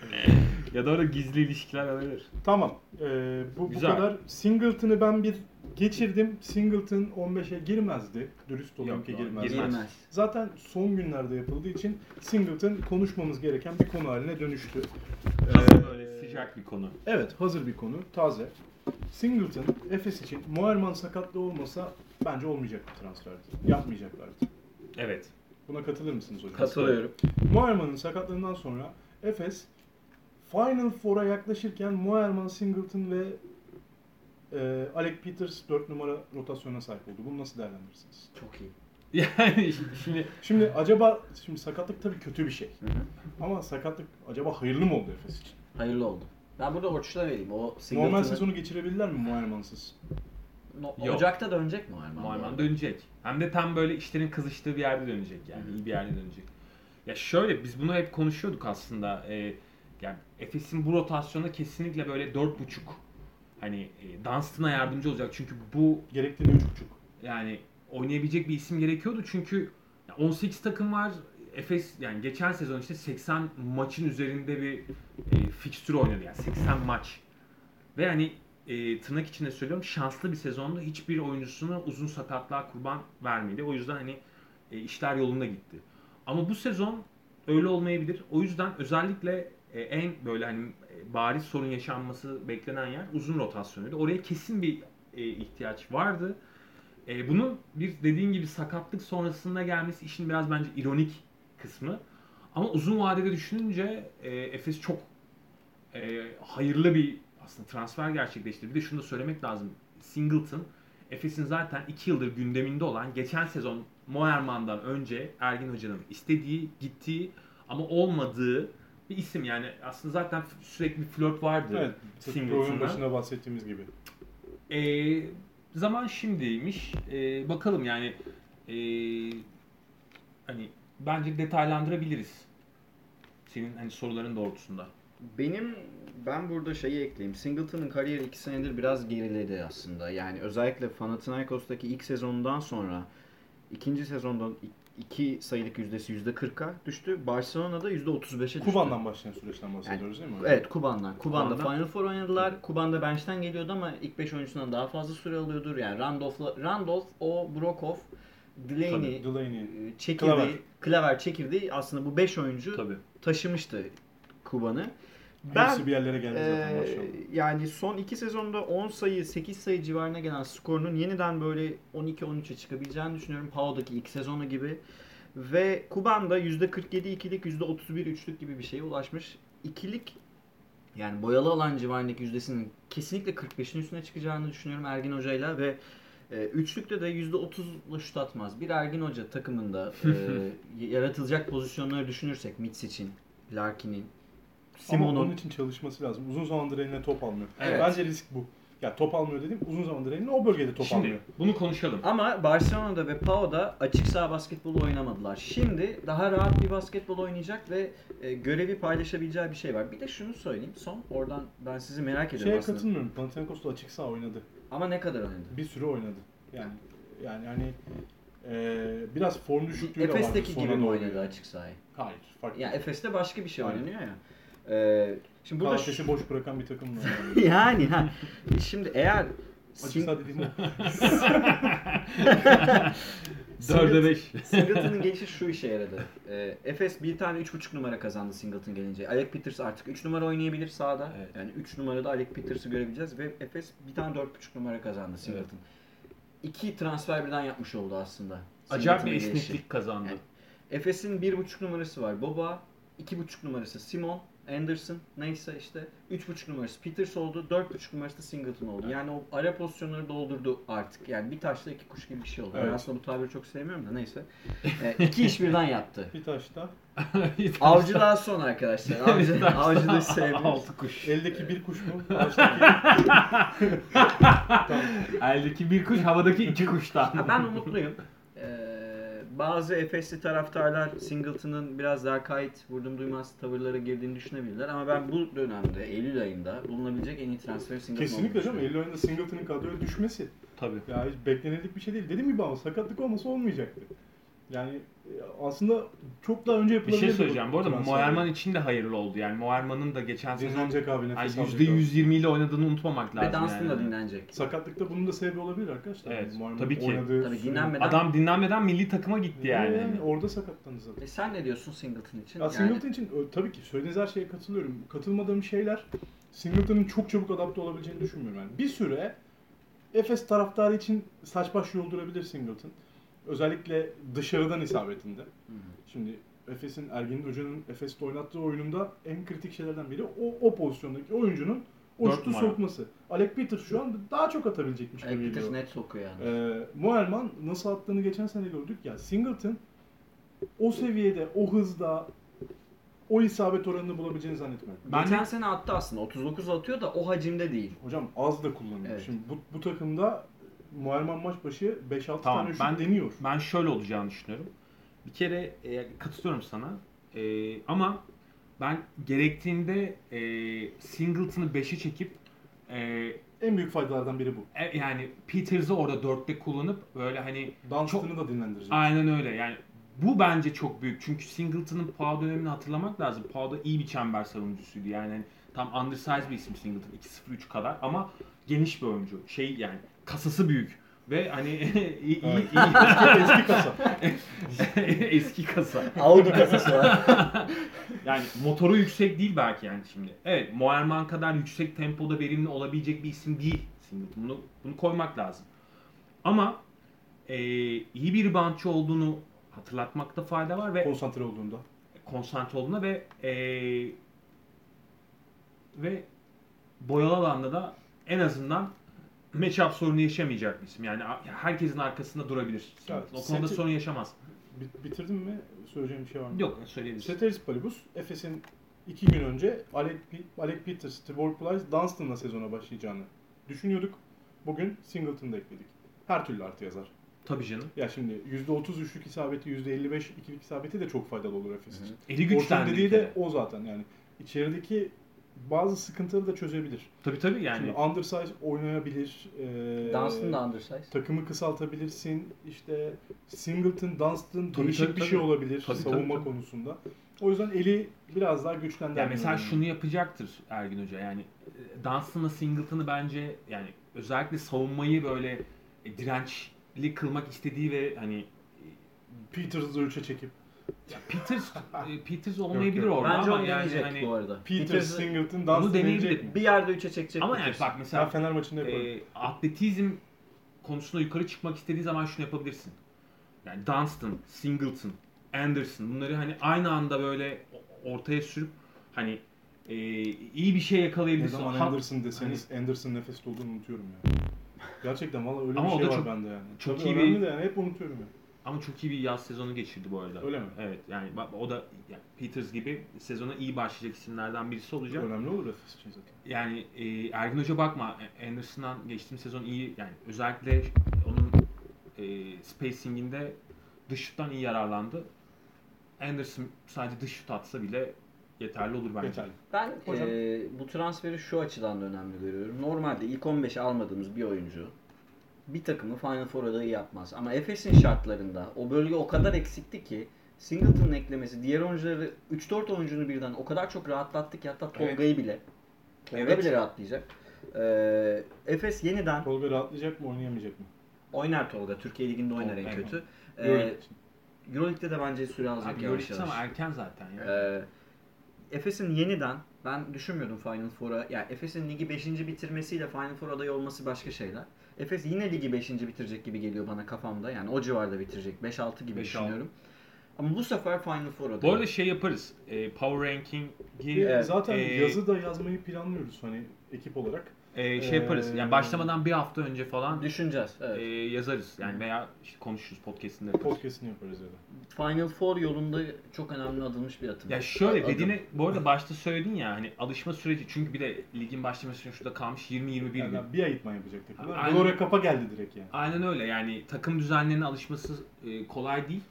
Speaker 5: ya da orada gizli ilişkiler olabilir.
Speaker 3: Tamam. Ee, bu, bu
Speaker 5: Güzel.
Speaker 3: kadar. Singleton'ı ben bir geçirdim. Singleton 15'e girmezdi. Dürüst olayım
Speaker 5: Yok,
Speaker 3: ki
Speaker 5: yok,
Speaker 3: girmezdi.
Speaker 5: girmez.
Speaker 4: Girmez.
Speaker 3: Zaten son günlerde yapıldığı için Singleton konuşmamız gereken bir konu haline dönüştü. Ee,
Speaker 5: Böyle sıcak bir konu.
Speaker 3: Evet hazır bir konu. Taze. Singleton, Efes için Moerman sakatlı olmasa bence olmayacak bir transferdi. Yapmayacaklardı.
Speaker 5: Evet.
Speaker 3: Buna katılır mısınız hocam?
Speaker 4: Katılıyorum.
Speaker 3: Moerman'ın sakatlığından sonra Efes Final Four'a yaklaşırken Moerman, Singleton ve e, Alec Peters 4 numara rotasyona sahip oldu. Bunu nasıl değerlendirirsiniz?
Speaker 4: Çok iyi.
Speaker 5: Yani şimdi
Speaker 3: Şimdi acaba şimdi sakatlık tabii kötü bir şey. Ama sakatlık acaba hayırlı mı oldu Efes için?
Speaker 4: Hayırlı oldu. Ben burada Orçun'a vereyim. O
Speaker 3: Normal
Speaker 4: Singleton'ı-
Speaker 3: sezonu geçirebilirler mi Moerman'sız?
Speaker 4: No-
Speaker 5: Yok.
Speaker 4: Ocak'ta dönecek mi Arman?
Speaker 5: Muayman dönecek. Hem de tam böyle işlerin kızıştığı bir yerde dönecek yani. iyi bir yerde dönecek. Ya şöyle biz bunu hep konuşuyorduk aslında. Ee, yani Efes'in bu rotasyona kesinlikle böyle 4.5 hani e, Dunstan'a yardımcı olacak. Çünkü bu
Speaker 3: Gerektiğinde 3.5.
Speaker 5: yani oynayabilecek bir isim gerekiyordu. Çünkü 18 takım var. Efes yani geçen sezon işte 80 maçın üzerinde bir e, fikstür oynadı. Yani 80 maç. Ve hani e, tırnak içinde söylüyorum şanslı bir sezonda hiçbir oyuncusuna uzun sakatlığa kurban vermedi. O yüzden hani e, işler yolunda gitti. Ama bu sezon öyle olmayabilir. O yüzden özellikle e, en böyle hani e, bariz sorun yaşanması beklenen yer uzun rotasyonuydu. Oraya kesin bir e, ihtiyaç vardı. E, bunun bir dediğin gibi sakatlık sonrasında gelmesi işin biraz bence ironik kısmı. Ama uzun vadede düşününce e, Efes çok e, hayırlı bir aslında transfer gerçekleştirdi. Bir de şunu da söylemek lazım. Singleton, Efes'in zaten 2 yıldır gündeminde olan geçen sezon Moerman'dan önce Ergin Hoca'nın istediği, gittiği ama olmadığı bir isim. Yani aslında zaten sürekli bir flört vardı
Speaker 3: Evet. Programın
Speaker 5: Singleton'la.
Speaker 3: başında bahsettiğimiz gibi.
Speaker 5: Ee, zaman şimdiymiş. Ee, bakalım yani ee, hani bence detaylandırabiliriz. Senin hani soruların doğrultusunda.
Speaker 4: Benim ben burada şeyi ekleyeyim. Singleton'ın kariyeri 2 senedir biraz geriledi aslında. Yani özellikle Panathinaikos'taki ilk sezondan sonra ikinci sezondan 2 sayılık yüzdesi %40'a düştü. Barcelona'da %35'e düştü.
Speaker 3: Kuban'dan başlayan süreçten bahsediyoruz değil mi?
Speaker 4: Evet Kuban'dan. Kuban'da
Speaker 5: Kuban'dan.
Speaker 4: Final Four oynadılar. Kuban'da bench'ten geliyordu ama ilk 5 oyuncusundan daha fazla süre alıyordur. Yani Randolph'la Randolph, o Brokoff, Delaney, e,
Speaker 3: Tabii, Delaney.
Speaker 4: çekirdeği,
Speaker 3: Klaver.
Speaker 4: klaver. çekirdeği aslında bu 5 oyuncu
Speaker 5: Tabii.
Speaker 4: taşımıştı Kuban'ı.
Speaker 3: Ben,
Speaker 4: Ben
Speaker 3: Hepsi bir yerlere geldi zaten
Speaker 4: Ee,
Speaker 3: maşallah.
Speaker 4: yani son iki sezonda 10 sayı, 8 sayı civarına gelen skorunun yeniden böyle 12-13'e çıkabileceğini düşünüyorum. Pau'daki ilk sezonu gibi. Ve Kuban da %47 ikilik, %31 üçlük gibi bir şeye ulaşmış. İkilik yani boyalı alan civarındaki yüzdesinin kesinlikle 45'in üstüne çıkacağını düşünüyorum Ergin Hoca'yla ve e, üçlükte de %30'la şut atmaz. Bir Ergin Hoca takımında e, yaratılacak pozisyonları düşünürsek Mitz için, Larkin'in,
Speaker 3: Ama
Speaker 4: Simon'un
Speaker 3: onun için çalışması lazım. Uzun zamandır eline top almıyor.
Speaker 5: Evet.
Speaker 3: Bence risk bu. Ya top almıyor dediğim uzun zamandır eline o bölgede top
Speaker 5: Şimdi
Speaker 3: almıyor.
Speaker 5: bunu konuşalım.
Speaker 4: Ama Barcelona'da ve PAO'da açık saha basketbolu oynamadılar. Şimdi daha rahat bir basketbol oynayacak ve e, görevi paylaşabileceği bir şey var. Bir de şunu söyleyeyim son oradan ben sizi merak ediyorum
Speaker 3: Şeye
Speaker 4: aslında.
Speaker 3: katılmıyorum. Panathinaikos'ta açık saha oynadı.
Speaker 4: Ama ne kadar oynadı?
Speaker 3: Bir sürü oynadı. Yani yani hani e, biraz form düşüklüğü de vardı.
Speaker 4: Efes'teki
Speaker 3: sonra
Speaker 4: gibi mi
Speaker 3: doğru.
Speaker 4: oynadı açık sahayı?
Speaker 3: Hayır. Fark
Speaker 4: Yani Efes'te başka bir şey
Speaker 3: Aynen.
Speaker 4: oynanıyor ya. E, şimdi burada şu-
Speaker 3: Palates'i boş bırakan bir takım var.
Speaker 4: yani ha. şimdi eğer
Speaker 3: Açık
Speaker 4: Sing-
Speaker 3: saha dediğim o.
Speaker 5: Dörde beş.
Speaker 4: Singleton'ın gelişi şu işe yaradı. Ee, Efes bir tane 3.5 numara kazandı Singleton gelince. Alec Peters artık 3 numara oynayabilir sahada.
Speaker 5: Evet.
Speaker 4: Yani 3 numarada Alec Peters'ı görebileceğiz ve Efes bir tane 4.5 numara kazandı Singleton. İki transfer birden yapmış oldu aslında.
Speaker 5: Acayip bir
Speaker 4: Singleton'ın gelişi.
Speaker 5: esneklik kazandı.
Speaker 4: Evet. Efes'in 1.5 numarası var Boba, 2.5 numarası Simon, Anderson neyse işte 3.5 numarası Peters oldu, 4.5 numarası da Singleton oldu. Yani o ara pozisyonları doldurdu artık. Yani bir taşla iki kuş gibi bir şey oldu. Ben
Speaker 3: Evet.
Speaker 4: aslında bu tabiri çok sevmiyorum da neyse. Ee, iki iş birden yaptı.
Speaker 3: bir taşta.
Speaker 4: Avcı daha son arkadaşlar. Avcı, avcı da sevmiyoruz.
Speaker 5: Altı kuş.
Speaker 3: Eldeki bir kuş mu? Taştaki
Speaker 5: Eldeki bir kuş, havadaki iki
Speaker 4: Ha,
Speaker 5: kuştan.
Speaker 4: ben umutluyum. Ee, bazı Efesli taraftarlar Singleton'ın biraz lakayt, vurdum duymaz tavırlara girdiğini düşünebilirler. Ama ben bu dönemde, Eylül ayında bulunabilecek en iyi transfer Singleton
Speaker 3: Kesinlikle
Speaker 4: olduğunu
Speaker 3: canım. 50
Speaker 4: düşünüyorum.
Speaker 3: oyunda Singleton'ın kadroya düşmesi.
Speaker 5: Tabii.
Speaker 3: Ya hiç beklenildik bir şey değil. Dedim gibi ama sakatlık olması olmayacaktı. Yani e, aslında çok daha önce
Speaker 5: Bir
Speaker 3: yapılabilirdi.
Speaker 5: şey söyleyeceğim. Bu arada
Speaker 3: transfer.
Speaker 5: Moerman için de hayırlı oldu. Yani Moerman'ın da geçen sezon
Speaker 3: Dinlenecek abi
Speaker 5: yani
Speaker 3: nefes alacak. abi.
Speaker 5: %120 ile oynadığını unutmamak
Speaker 4: Ve
Speaker 5: lazım.
Speaker 4: Dunstan da
Speaker 5: yani.
Speaker 4: dinlenecek.
Speaker 3: Sakatlıkta bunun da sebebi olabilir arkadaşlar.
Speaker 5: Evet,
Speaker 3: Moerman'ın
Speaker 5: tabii ki.
Speaker 3: oynadığı
Speaker 4: Tabii
Speaker 3: süre-
Speaker 4: dinlenmeden...
Speaker 5: Adam dinlenmeden milli takıma gitti yani.
Speaker 3: Yani orada sakatlandı zaten.
Speaker 4: E sen ne diyorsun Singleton için?
Speaker 3: Ya
Speaker 4: Yani
Speaker 3: Singleton için ö, tabii ki söylediğiniz her şeye katılıyorum. Katılmadığım şeyler Singleton'ın çok çabuk adapte olabileceğini düşünmüyorum. Yani bir süre Efes taraftarı için saç baş yoldurabilir Singleton. Özellikle dışarıdan isabetinde. Şimdi Efes'in Ergin Hoca'nın Efes'te oynattığı oyununda en kritik şeylerden biri o, o pozisyondaki oyuncunun o
Speaker 5: Dört
Speaker 3: şutu
Speaker 5: numara.
Speaker 3: sokması. Alec Peters şu an daha çok atabilecekmiş gibi
Speaker 5: şey
Speaker 4: Alec
Speaker 3: geliyor.
Speaker 4: Peters net sokuyor yani.
Speaker 3: Ee, Moerman nasıl attığını geçen sene gördük ya. Singleton o seviyede, o hızda, o isabet oranını bulabileceğini zannetmiyorum.
Speaker 5: Ben-
Speaker 4: Geçen sene attı aslında. 39 atıyor da o hacimde değil.
Speaker 3: Hocam az da kullanıyor.
Speaker 4: Evet.
Speaker 3: Şimdi bu, bu takımda Moerman maç başı 5-6
Speaker 5: Tamam,
Speaker 3: tane şut
Speaker 5: ben-
Speaker 3: deniyor.
Speaker 5: Ben şöyle olacağını düşünüyorum. Bir kere e, katılıyorum sana. E, ama ben gerektiğinde e, Singleton'ı 5'e çekip e,
Speaker 3: En büyük faydalardan biri bu.
Speaker 5: e, yani Peters'ı orada 4'te kullanıp böyle hani
Speaker 3: Dunstan'ı da dinlendirecek.
Speaker 5: Aynen öyle. Yani bu bence çok büyük. Çünkü Singleton'ın Pau dönemini hatırlamak lazım. Pau da iyi bir çember savunucusuydu. Yani hani tam undersized bir isim Singleton. 2-0-3 kadar ama geniş bir oyuncu. Şey yani kasası büyük. Ve hani iyi, iyi,
Speaker 3: Eski kasa.
Speaker 5: iyi- eski kasa.
Speaker 4: Audi kasası var.
Speaker 5: Yani motoru yüksek değil belki yani şimdi. Evet Moerman kadar yüksek tempoda verimli olabilecek bir isim değil Singleton. Bunu, bunu koymak lazım. Ama eee, iyi bir bantçı olduğunu hatırlatmakta fayda var ve
Speaker 3: Konsantre olduğunda.
Speaker 5: konsantre olduğuna ve eee, ve boyalı alanda da en azından matchup sorunu yaşamayacak bir isim. Yani a- herkesin arkasında durabilir.
Speaker 3: Evet,
Speaker 5: o konuda
Speaker 3: seti-
Speaker 5: sorun yaşamaz.
Speaker 3: Bi- bitirdim mi? Söyleyeceğim bir şey var mı?
Speaker 5: Yok söyleyebilirsin.
Speaker 3: Ceteris Paribus, Efes'in iki gün önce Alec, Pe- Alec Peters, Trevor Plyce, Dunstan'la sezona başlayacağını düşünüyorduk. Bugün Singleton'da ekledik. Her türlü artı yazar.
Speaker 5: Tabii canım.
Speaker 3: Ya şimdi %30 üçlük isabeti, %55 ikilik isabeti de çok faydalı olur Efes için.
Speaker 5: Eli
Speaker 3: Orçun
Speaker 5: güçlendi. bir
Speaker 3: dediği
Speaker 5: kere.
Speaker 3: de o zaten yani. İçerideki bazı sıkıntıları da çözebilir.
Speaker 5: Tabii tabii yani.
Speaker 3: Şimdi undersize oynayabilir. ee,
Speaker 4: Dunstan da undersized.
Speaker 3: Takımı kısaltabilirsin. İşte Singleton, Dunstan
Speaker 5: Tabii,
Speaker 3: değişik
Speaker 5: tabii,
Speaker 3: bir şey
Speaker 5: tabii.
Speaker 3: olabilir
Speaker 5: Tabii,
Speaker 3: savunma
Speaker 5: tabii, tabii.
Speaker 3: konusunda. O yüzden eli biraz daha güçlendirmek.
Speaker 5: Ya mesela şunu yapacaktır Ergin Hoca yani e, Dunstan'la Singleton'ı bence yani özellikle savunmayı böyle e, dirençli kılmak istediği ve hani
Speaker 3: Peters'ı 3'e çekip
Speaker 5: Ya Peters, e, Peters olmayabilir orada
Speaker 4: Bence
Speaker 5: ama
Speaker 4: onu
Speaker 5: yani
Speaker 4: deneyecek
Speaker 5: hani
Speaker 4: bu arada.
Speaker 3: Peter
Speaker 5: Peters'ı-
Speaker 3: Singleton
Speaker 5: Onu
Speaker 3: dans
Speaker 5: deneyebilir.
Speaker 3: deneyecek mi?
Speaker 4: Bir yerde 3'e çekecek.
Speaker 5: ama yani
Speaker 4: Peters.
Speaker 5: bak
Speaker 3: Ben
Speaker 5: mesela
Speaker 3: Fener maçında yaparım.
Speaker 5: e, atletizm konusunda yukarı çıkmak istediği zaman şunu yapabilirsin. Yani Dunstan, Singleton, Anderson bunları hani aynı anda böyle ortaya sürüp hani e, iyi bir şey
Speaker 3: ne
Speaker 5: yakalayabilirsin.
Speaker 3: zaman
Speaker 5: Ha- Hani-
Speaker 3: Anderson deseniz Anderson nefes olduğunu unutuyorum ya. Gerçekten valla öyle
Speaker 5: Ama
Speaker 3: bir
Speaker 5: o
Speaker 3: şey
Speaker 5: da
Speaker 3: var
Speaker 5: çok-
Speaker 3: bende yani.
Speaker 5: çok
Speaker 3: Tabii
Speaker 5: iyi
Speaker 3: önemli
Speaker 5: bir-
Speaker 3: de yani hep unutuyorum ya.
Speaker 5: Ama çok iyi bir yaz sezonu geçirdi bu arada.
Speaker 3: Öyle mi?
Speaker 5: Evet. Yani bak o da yani Peters gibi sezona iyi başlayacak isimlerden birisi olacak.
Speaker 3: Önemli olur nefes için zaten.
Speaker 5: Yani e, Ergin Hoca bakma e, Anderson'dan geçtiğim sezon iyi yani özellikle onun e, spacinginde dış şuttan iyi yararlandı. Anderson sadece dış şut atsa bile yeterli olur bence.
Speaker 3: Yeterli.
Speaker 4: Ben
Speaker 3: Hocam.
Speaker 4: eee, bu transferi şu açıdan da önemli görüyorum. Normalde ilk 15'e almadığımız bir oyuncu bir takımı Final Four adayı yapmaz. Ama Efes'in şartlarında o bölge o kadar eksikti ki Singleton'ın eklemesi diğer oyuncuları 3-4 oyuncunu birden o kadar çok rahatlattı ki hatta
Speaker 3: Evet.
Speaker 4: Tolga'yı bile Tolga
Speaker 5: Evet.
Speaker 4: bile rahatlayacak. Eee, Efes yeniden
Speaker 3: Tolga rahatlayacak mı oynayamayacak mı?
Speaker 4: oynar Tolga. Türkiye Ligi'nde oynar en
Speaker 5: Tolga,
Speaker 4: kötü.
Speaker 5: Ee,
Speaker 3: Euroleague
Speaker 4: Eee
Speaker 3: için.
Speaker 4: Euroleague'de de bence süre alacak
Speaker 5: Abi
Speaker 4: yavaş
Speaker 5: Yorits
Speaker 4: yavaş.
Speaker 5: ama erken zaten ya.
Speaker 4: Ee, Efes'in yeniden ben düşünmüyordum Final Four'a. Yani Efes'in ligi 5. bitirmesiyle Final Four adayı olması başka şeyler. Efes yine ligi 5. bitirecek gibi geliyor bana kafamda. Yani o civarda bitirecek. 5-6 gibi
Speaker 5: 5-6.
Speaker 4: düşünüyorum. Ama bu sefer Final Four adayı.
Speaker 5: Bu arada şey yaparız. E, power ranking'i
Speaker 3: Bir- Zaten
Speaker 5: e,
Speaker 3: yazı da yazmayı planlıyoruz hani ekip olarak.
Speaker 5: e, şey yaparız. Yani başlamadan bir hafta önce falan
Speaker 4: düşüneceğiz. Evet.
Speaker 5: e, yazarız. Yani veya işte konuşuruz podcast'inde yaparız.
Speaker 3: Podcast'ini yaparız ya da.
Speaker 4: Final Four yolunda çok önemli adılmış bir atım.
Speaker 5: Ya şöyle
Speaker 4: Adım.
Speaker 5: dediğini bu arada başta söyledin ya hani alışma süreci çünkü bir de ligin başlama süreci şurada kalmış 20-21 gün.
Speaker 3: Yani bir ayıtma yapacak takımlar.
Speaker 5: Aynen.
Speaker 3: Gloria kapa geldi direkt yani.
Speaker 5: Aynen öyle yani takım düzenlerine alışması e, kolay değil.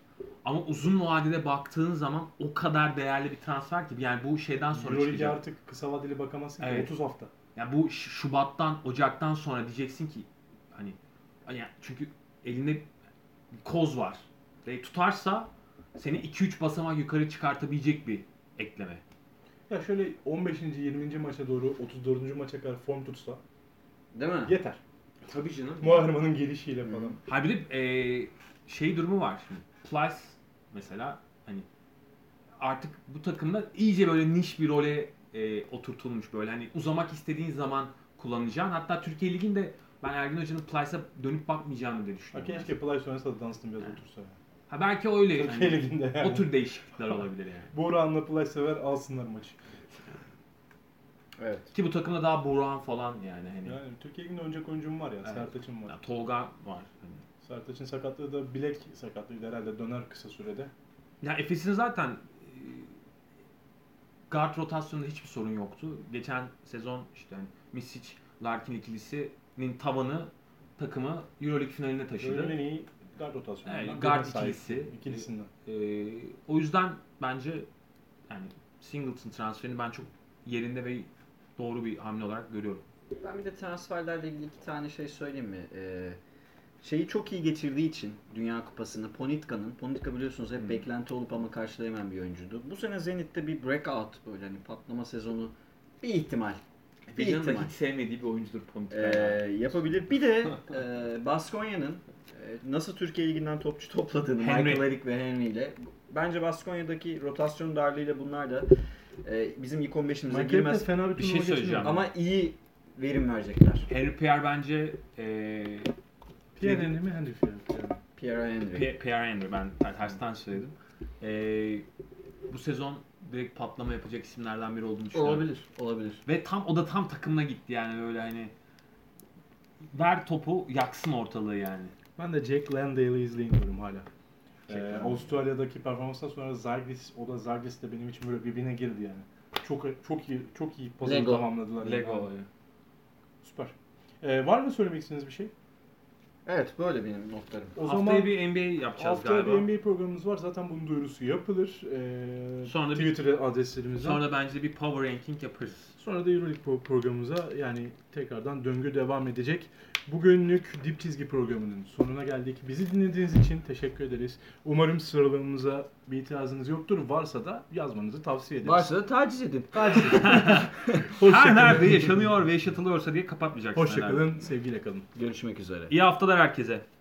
Speaker 5: Ama uzun vadede baktığın zaman o kadar değerli bir transfer ki yani bu şeyden sonra
Speaker 3: Euroleague'e
Speaker 5: çıkacak.
Speaker 3: artık kısa vadeli bakamazsın ki,
Speaker 5: Evet.
Speaker 3: 30 hafta.
Speaker 5: Yani bu Ş- Şubat'tan Ocak'tan sonra diyeceksin ki hani yani çünkü elinde bir koz var. Ve tutarsa seni 2-3 basamak yukarı çıkartabilecek bir ekleme.
Speaker 3: Ya şöyle 15. 20. maça doğru 34. maça kadar form tutsa
Speaker 4: Değil mi?
Speaker 3: yeter.
Speaker 5: Tabii canım.
Speaker 3: Muharrem'in gelişiyle falan.
Speaker 5: Ha bir de e, şey durumu var şimdi. Plus mesela hani artık bu takımda iyice böyle niş bir role e, oturtulmuş böyle. Hani uzamak istediğin zaman kullanacağın. Hatta Türkiye Ligi'nde ben Ergin Hoca'nın Plus'a dönüp bakmayacağını diye
Speaker 3: Ha,
Speaker 5: düşünüyorum.
Speaker 3: keşke Play sonrasında da Dunstan biraz otursa. Yani.
Speaker 5: Ha belki öyle. hani
Speaker 3: Türkiye Ligi'nde yani.
Speaker 5: O tür değişiklikler olabilir yani.
Speaker 3: Buğra'nla Play sever alsınlar maçı.
Speaker 4: Evet.
Speaker 5: Ki bu takımda daha Burhan falan yani hani.
Speaker 3: Yani Türkiye Ligi'nde oynayacak oyuncum var ya.
Speaker 5: Evet.
Speaker 3: Sertaç'ın var.
Speaker 5: Ya Tolga var. Hani.
Speaker 3: Sertaç'ın sakatlığı da bilek sakatlığıydı herhalde döner kısa sürede.
Speaker 5: Ya Efes'in zaten e, guard rotasyonunda hiçbir sorun yoktu. Geçen sezon işte hani Misic Larkin ikilisinin tavanı takımı EuroLeague finaline
Speaker 3: Şöyle en
Speaker 5: taşıdı.
Speaker 3: iyi guard rotasyonundan.
Speaker 5: Evet,
Speaker 3: birine
Speaker 5: guard
Speaker 3: sahip.
Speaker 5: ikilisi.
Speaker 3: İkilisinden.
Speaker 5: E, o yüzden bence yani Singleton transferini ben çok yerinde ve doğru bir hamle olarak görüyorum.
Speaker 4: Ben bir de transferlerle ilgili iki tane şey söyleyeyim mi? Ee, şeyi çok iyi geçirdiği için Dünya Kupası'nı Ponitka'nın, Ponitka biliyorsunuz hep beklenti olup ama karşılayamayan bir oyuncuydu. Bu sene Zenit'te bir breakout böyle hani patlama sezonu bir ihtimal. Bir
Speaker 5: Efes'in
Speaker 4: ihtimal.
Speaker 5: hiç sevmediği bir oyuncudur
Speaker 4: Ee,
Speaker 5: Pontika. ya.
Speaker 4: yapabilir. Bir de e, Baskonya'nın e, nasıl Türkiye Ligi'nden topçu topladığını
Speaker 5: Henry.
Speaker 4: Michael Eric ve Henry ile. Bence Baskonya'daki rotasyon darlığıyla bunlar da e, bizim ilk 15'imize
Speaker 3: Michael Pitt de
Speaker 4: girmez.
Speaker 3: fena bir,
Speaker 5: Bir şey
Speaker 3: turnuva
Speaker 5: söyleyeceğim.
Speaker 3: geçirmiyor.
Speaker 4: Ama iyi verim verecekler.
Speaker 5: Henry Pierre bence e,
Speaker 3: Pierre Henry mi Henry Pierre?
Speaker 4: Pierre Henry.
Speaker 5: P- Pierre Henry ben ter- tersten söyledim. Ee, bu sezon direkt patlama yapacak isimlerden biri olduğunu düşünüyorum.
Speaker 4: Olabilir, olabilir.
Speaker 5: Ve tam o da tam takımına gitti yani böyle hani ver topu yaksın ortalığı yani.
Speaker 3: Ben de Jack Landale'ı izleyin diyorum hala.
Speaker 5: Jack
Speaker 3: Ee,
Speaker 5: Landale.
Speaker 3: Avustralya'daki performanstan sonra Zagris, o da Zagris de benim için böyle birbirine girdi yani. Çok çok iyi çok iyi puzzle
Speaker 4: Lego.
Speaker 3: tamamladılar. yani.
Speaker 5: Lego.
Speaker 3: Süper. Ee, var mı söylemek istediğiniz bir şey?
Speaker 4: Evet, böyle benim notlarım.
Speaker 3: O
Speaker 5: Haftaya
Speaker 3: zaman
Speaker 5: bir NBA yapacağız
Speaker 3: haftaya
Speaker 5: galiba.
Speaker 3: bir NBA programımız var. Zaten bunun duyurusu yapılır. Ee,
Speaker 5: Sonra da bir-
Speaker 3: Twitter adreslerimizden.
Speaker 5: Sonra da bence bir power ranking yaparız.
Speaker 3: Sonra da Euroleague pro- programımıza yani tekrardan döngü devam edecek. Bugünlük Dip Çizgi programının sonuna geldik. Bizi dinlediğiniz için teşekkür ederiz. Umarım sıralamamıza bir itirazınız yoktur. Varsa da yazmanızı tavsiye ederiz.
Speaker 4: Varsa da taciz edin.
Speaker 5: Her
Speaker 3: Hoşçakalın.
Speaker 5: nerede yaşanıyor ve yaşatılıyorsa diye kapatmayacaksın herhalde.
Speaker 3: Hoşçakalın. Sevgiyle kalın.
Speaker 4: Görüşmek üzere.
Speaker 5: İyi haftalar herkese.